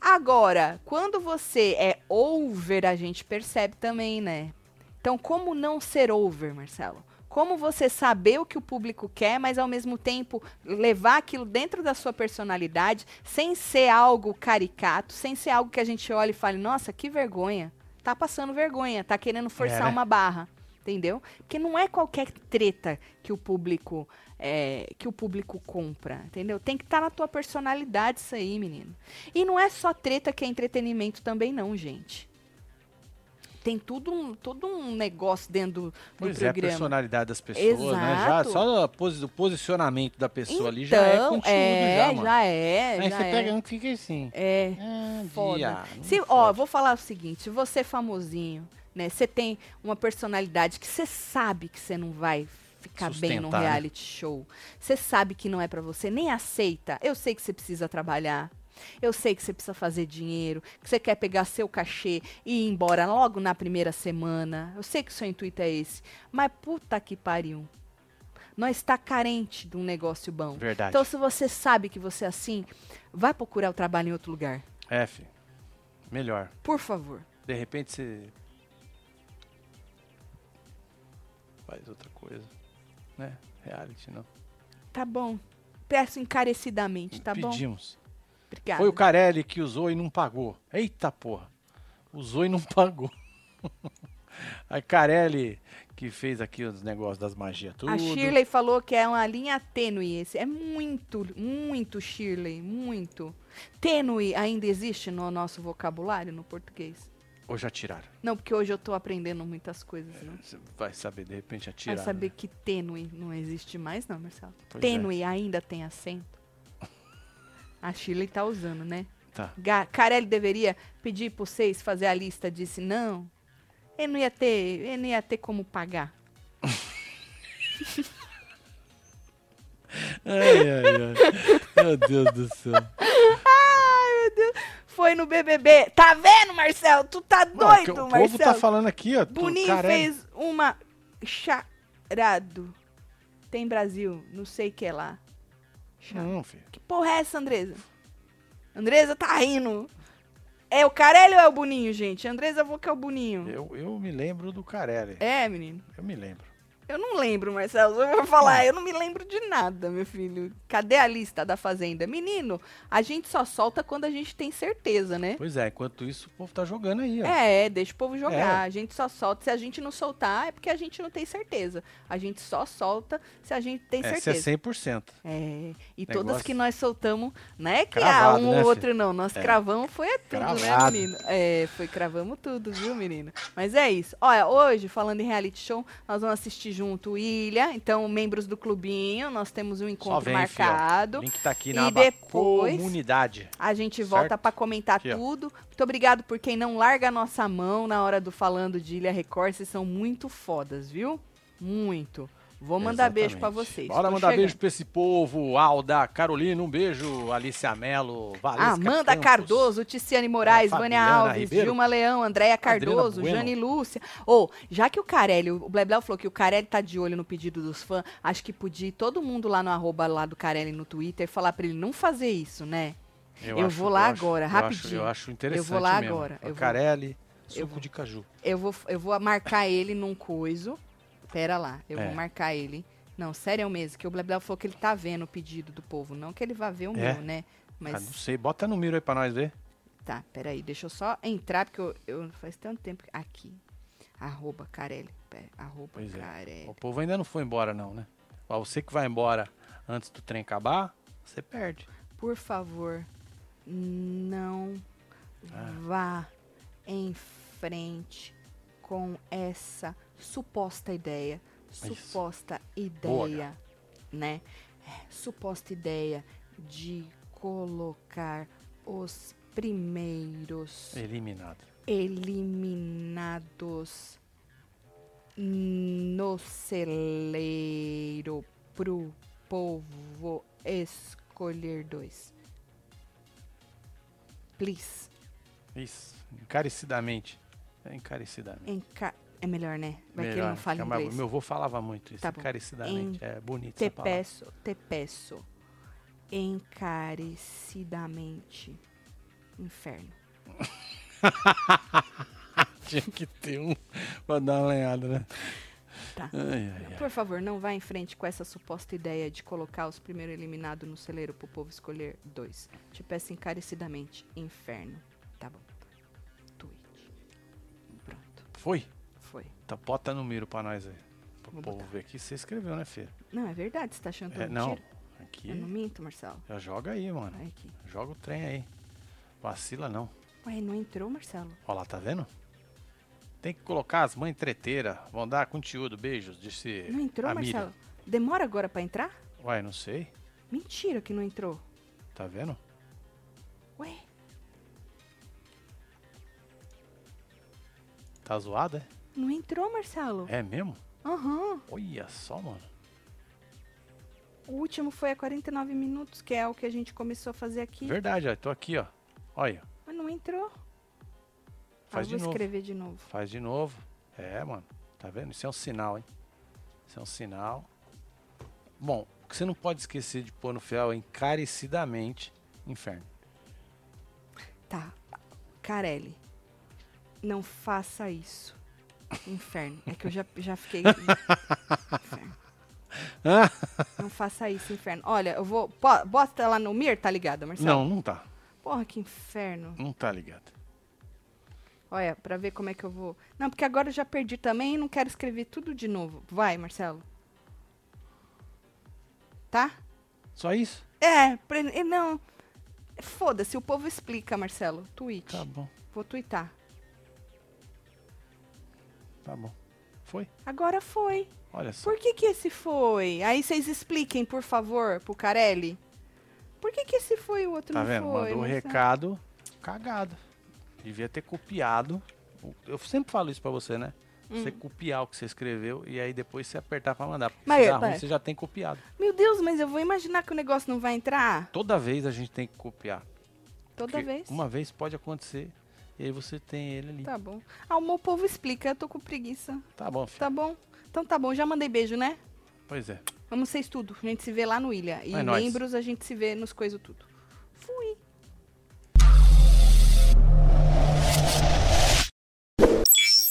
S1: Agora, quando você é over, a gente percebe também, né? Então, como não ser over, Marcelo? Como você saber o que o público quer, mas ao mesmo tempo levar aquilo dentro da sua personalidade, sem ser algo caricato, sem ser algo que a gente olhe e fale, nossa, que vergonha. Tá passando vergonha, tá querendo forçar
S2: É, né?
S1: uma barra. Entendeu? Porque não é qualquer treta que o público é, que o público compra, entendeu? Tem que estar na tua personalidade isso aí, menino. E não é só treta que é entretenimento também não, gente. Tem tudo um, todo um negócio dentro do, do
S2: Pois é, a
S1: programa.
S2: personalidade das pessoas, né? Já,
S1: Exato.
S2: só a posi- o posicionamento da pessoa ali já é conteúdo
S1: é,
S2: já, mano.
S1: é,
S2: Aí
S1: já
S2: você
S1: é.
S2: pega um que fica assim.
S1: É,
S2: Ah,
S1: foda.
S2: viado, não
S1: Se, ó,
S2: fode.
S1: vou falar o seguinte, você é famosinho, né? Você tem uma personalidade que você sabe que você não vai ficar bem num
S2: Sustentar, né?
S1: reality show. Você sabe que não é pra você, nem aceita. Eu sei que você precisa trabalhar. Eu sei que você precisa fazer dinheiro, que você quer pegar seu cachê e ir embora logo na primeira semana. Eu sei que seu intuito é esse. Mas puta que pariu. Nós está carente de um negócio bom.
S2: Verdade.
S1: Então, se você sabe que você é assim, vai procurar o trabalho em outro lugar.
S2: É, filho. Melhor.
S1: Por favor.
S2: De repente você. Faz outra coisa. Né? Reality, não.
S1: Tá bom. Peço encarecidamente, tá bom?
S2: Pedimos.
S1: Obrigada.
S2: Foi o Carelli que usou e não pagou. Eita porra. Usou e não pagou. a Carelli que fez aqui os negócios das magias tudo.
S1: A Shirley falou que é uma linha tênue esse. É muito, muito Shirley, muito. Tênue ainda existe no nosso vocabulário, no português?
S2: Ou já tiraram?
S1: Não, porque hoje eu tô aprendendo muitas coisas, né?
S2: Você vai saber, de repente já
S1: Vai
S2: tiraram. né?
S1: saber que tênue não existe mais, não, Marcelo?
S2: Pois é.
S1: tênue ainda tem acento? A Shirley tá usando, né?
S2: Tá.
S1: Ga Carelli deveria pedir pra vocês fazer a lista, disse não. Ele não ia ter, ele não ia ter como pagar.
S2: Ai, ai, ai. Meu Deus do céu.
S1: Foi no BBB. Tá vendo, Marcelo? Tu tá
S2: Não, o que
S1: doido,
S2: o povo
S1: Marcelo?
S2: tá falando aqui, ó. do
S1: Boninho
S2: Carelli.
S1: fez uma charado. Tem Brasil, não sei o que lá. Cha-
S2: Não, filho.
S1: Que porra é essa, Andresa? Andresa tá rindo. É o Carelli ou é o Boninho, gente? Andresa, eu vou que é o Boninho.
S2: Eu, eu me lembro do Carelli.
S1: É, menino.
S2: Eu me lembro.
S1: Eu não lembro, Marcelo. Eu vou
S2: Ah.
S1: falar, eu não me lembro de nada, meu filho. Cadê a lista da Fazenda? Menino, a gente só solta quando a gente tem certeza, né?
S2: Pois é, enquanto isso, o povo tá jogando aí, ó.
S1: É, é, deixa o povo jogar.
S2: É.
S1: A gente só solta. Se a gente não soltar, é porque a gente não tem certeza. A gente só solta se a gente tem
S2: Essa é
S1: certeza.
S2: 100%.
S1: É, e
S2: Negócio-
S1: todas que nós soltamos, não é que ah,
S2: Cravado,
S1: um
S2: né,
S1: ou
S2: filho?
S1: outro não, nós cravamos foi a tudo, né,
S2: Cravado.
S1: menino? É, foi cravamos tudo, viu, menino? Mas é isso. Olha, hoje, falando em reality show, nós vamos assistir junto o Ilha, então membros do clubinho, nós temos um encontro
S2: vem, fi, ó. O
S1: marcado.
S2: link tá aqui
S1: E
S2: na aba
S1: depois-
S2: comunidade.
S1: A gente
S2: Certo.
S1: volta pra comentar
S2: Aqui, ó.
S1: tudo. Muito obrigado por quem não larga a nossa mão na hora do falando de Ilha Record. Vocês são muito fodas, viu? Muito. Vou mandar beijo pra
S2: Exatamente.
S1: vocês.
S2: Bora
S1: Tô
S2: mandar
S1: chegando.
S2: beijo pra esse povo. Alda, Carolina, um beijo. Alicia Mello, Valesca
S1: Amanda
S2: Campos.
S1: Ah, Cardoso, Ticiane Moraes,
S2: É,
S1: Vânia
S2: Fabiana
S1: Alves,
S2: Ribeiro.
S1: Dilma Leão, Andréia
S2: Adriana
S1: Cardoso,
S2: Bueno.
S1: Jane Lúcia. Ô, já que o Carelli, o Blebleu falou que o Carelli tá de olho no pedido dos fãs, acho que podia ir todo mundo lá no arroba lá do Carelli no Twitter falar pra ele não fazer isso, né? Eu vou lá
S2: acho-
S1: agora,
S2: eu acho-
S1: rapidinho.
S2: Eu acho
S1: Eu
S2: interessante
S1: vou lá
S2: mesmo.
S1: agora, eu vou-
S2: Carelli, suco
S1: vou.
S2: de caju.
S1: Eu vou, eu vou marcar ele num coiso. Pera lá, eu
S2: É.
S1: vou marcar ele. Não, sério mesmo, que o Blebleu falou que ele tá vendo o pedido do povo. Não que ele vá ver o
S2: É?
S1: meu, né?
S2: Ah,
S1: Mas
S2: não sei, bota no miro aí pra nós ver.
S1: Tá, peraí, deixa eu só entrar, porque eu, eu- faz tanto tempo. que- Aqui. Arroba Carelli. Pera, arroba
S2: Pois é.
S1: Carelli.
S2: O povo ainda não foi embora não, né? Ó, você que vai embora antes do trem acabar, você perde.
S1: Por favor, não
S2: Ah.
S1: vá em frente com essa suposta ideia.
S2: Isso.
S1: Suposta
S2: Boa,
S1: ideia, né? É, Suposta ideia de colocar os primeiros.
S2: Eliminado.
S1: eliminados no celeiro pro povo escolher dois. Please.
S2: Isso, encarecidamente. É encarecidamente.
S1: Enca... É melhor, né? Vai que ele
S2: Melhor,
S1: não fala
S2: fica mais-
S1: inglês.
S2: Meu avô falava muito isso,
S1: Tá bom.
S2: encarecidamente. É bonito
S1: Te
S2: essa palavra.
S1: peço, te peço. Encarecidamente. Inferno.
S2: Tinha que ter um pra dar uma lenhada, né?
S1: Tá.
S2: Ai, ai, ai.
S1: Por favor, não vá em frente com essa suposta ideia de colocar os primeiro eliminado no celeiro pro povo escolher dois. Te peço encarecidamente, inferno. Tá bom. Tweet. Pronto,
S2: Foi?
S1: foi.
S2: Tá, bota no miro pra nós aí. Pro
S1: Vou
S2: povo
S1: botar.
S2: ver aqui. Você escreveu, né, Fê?
S1: Não, é verdade, você tá achando que
S2: É,
S1: eu
S2: não.
S1: mentira?
S2: Aqui.
S1: Eu não minto, Marcelo.
S2: Já joga aí, mano.
S1: Vai aqui.
S2: Joga o trem aí. Vacila não.
S1: Ué, não entrou, Marcelo?
S2: Ó lá, tá vendo? Tem que colocar as mães treteiras. Vão dar conteúdo. Beijos, disse
S1: Não entrou,
S2: É, a Miriam.
S1: Marcelo? Demora agora pra entrar?
S2: Ué, não sei.
S1: Mentira que não entrou.
S2: Tá vendo?
S1: Ué,
S2: Tá zoado, é?
S1: não entrou, Marcelo?
S2: É mesmo?
S1: Aham.
S2: Olha só, mano.
S1: O último foi a 49 minutos, que é o que a gente começou a fazer aqui.
S2: Verdade, ó. Tô aqui, ó. Olha,
S1: Mas não entrou.
S2: Faz
S1: ah, vou
S2: de novo.
S1: escrever de novo.
S2: faz de novo. É, mano. Tá vendo? Isso é um sinal, hein? Isso é um sinal. Bom, o que você não pode esquecer de pôr no fiel é encarecidamente inferno.
S1: Tá. Carelli, não faça isso. Inferno. É que eu já, já fiquei. Inferno.
S2: Ah,
S1: Não faça isso, inferno. Olha, eu vou. po- Bota lá no Mir, tá ligado, Marcelo?
S2: Não, não tá.
S1: Porra, que inferno.
S2: Não tá ligado.
S1: Olha, pra ver como é que eu vou. Não, porque agora eu já perdi também e não quero escrever tudo de novo. Vai, Marcelo. Tá?
S2: Só isso?
S1: É, pre- e não. Foda-se, o povo explica, Marcelo. Tweet.
S2: Tá bom.
S1: Vou twittar.
S2: Tá bom. Foi?
S1: Agora foi.
S2: Olha só.
S1: Por que que esse foi? Aí vocês expliquem, por favor, pro Carelli. Por que que esse foi e o outro
S2: Tá
S1: não
S2: vendo?
S1: foi? é.
S2: Mandou o
S1: Não sei.
S2: recado cagado. Devia ter copiado. Eu sempre falo isso pra você, né?
S1: Hum.
S2: Você copiar o que você escreveu e aí depois você apertar pra mandar. Porque
S1: Mas
S2: se
S1: eu-
S2: dá ruim,
S1: mas-
S2: você já tem copiado.
S1: Meu Deus, mas eu vou imaginar que o negócio não vai entrar
S2: Toda vez a gente tem que copiar.
S1: toda
S2: porque
S1: vez.
S2: Uma vez pode acontecer e aí você tem ele ali. Tá,
S1: Tá bom. Ah, o meu povo explica, eu tô com preguiça.
S2: bom, filho.
S1: Tá bom? Então tá bom, já mandei beijo, né?
S2: Pois é.
S1: Vamos ser tudo. A gente se vê lá no Ilha. E
S2: É nóis.
S1: membros, a gente se vê nos coisas tudo. Fui.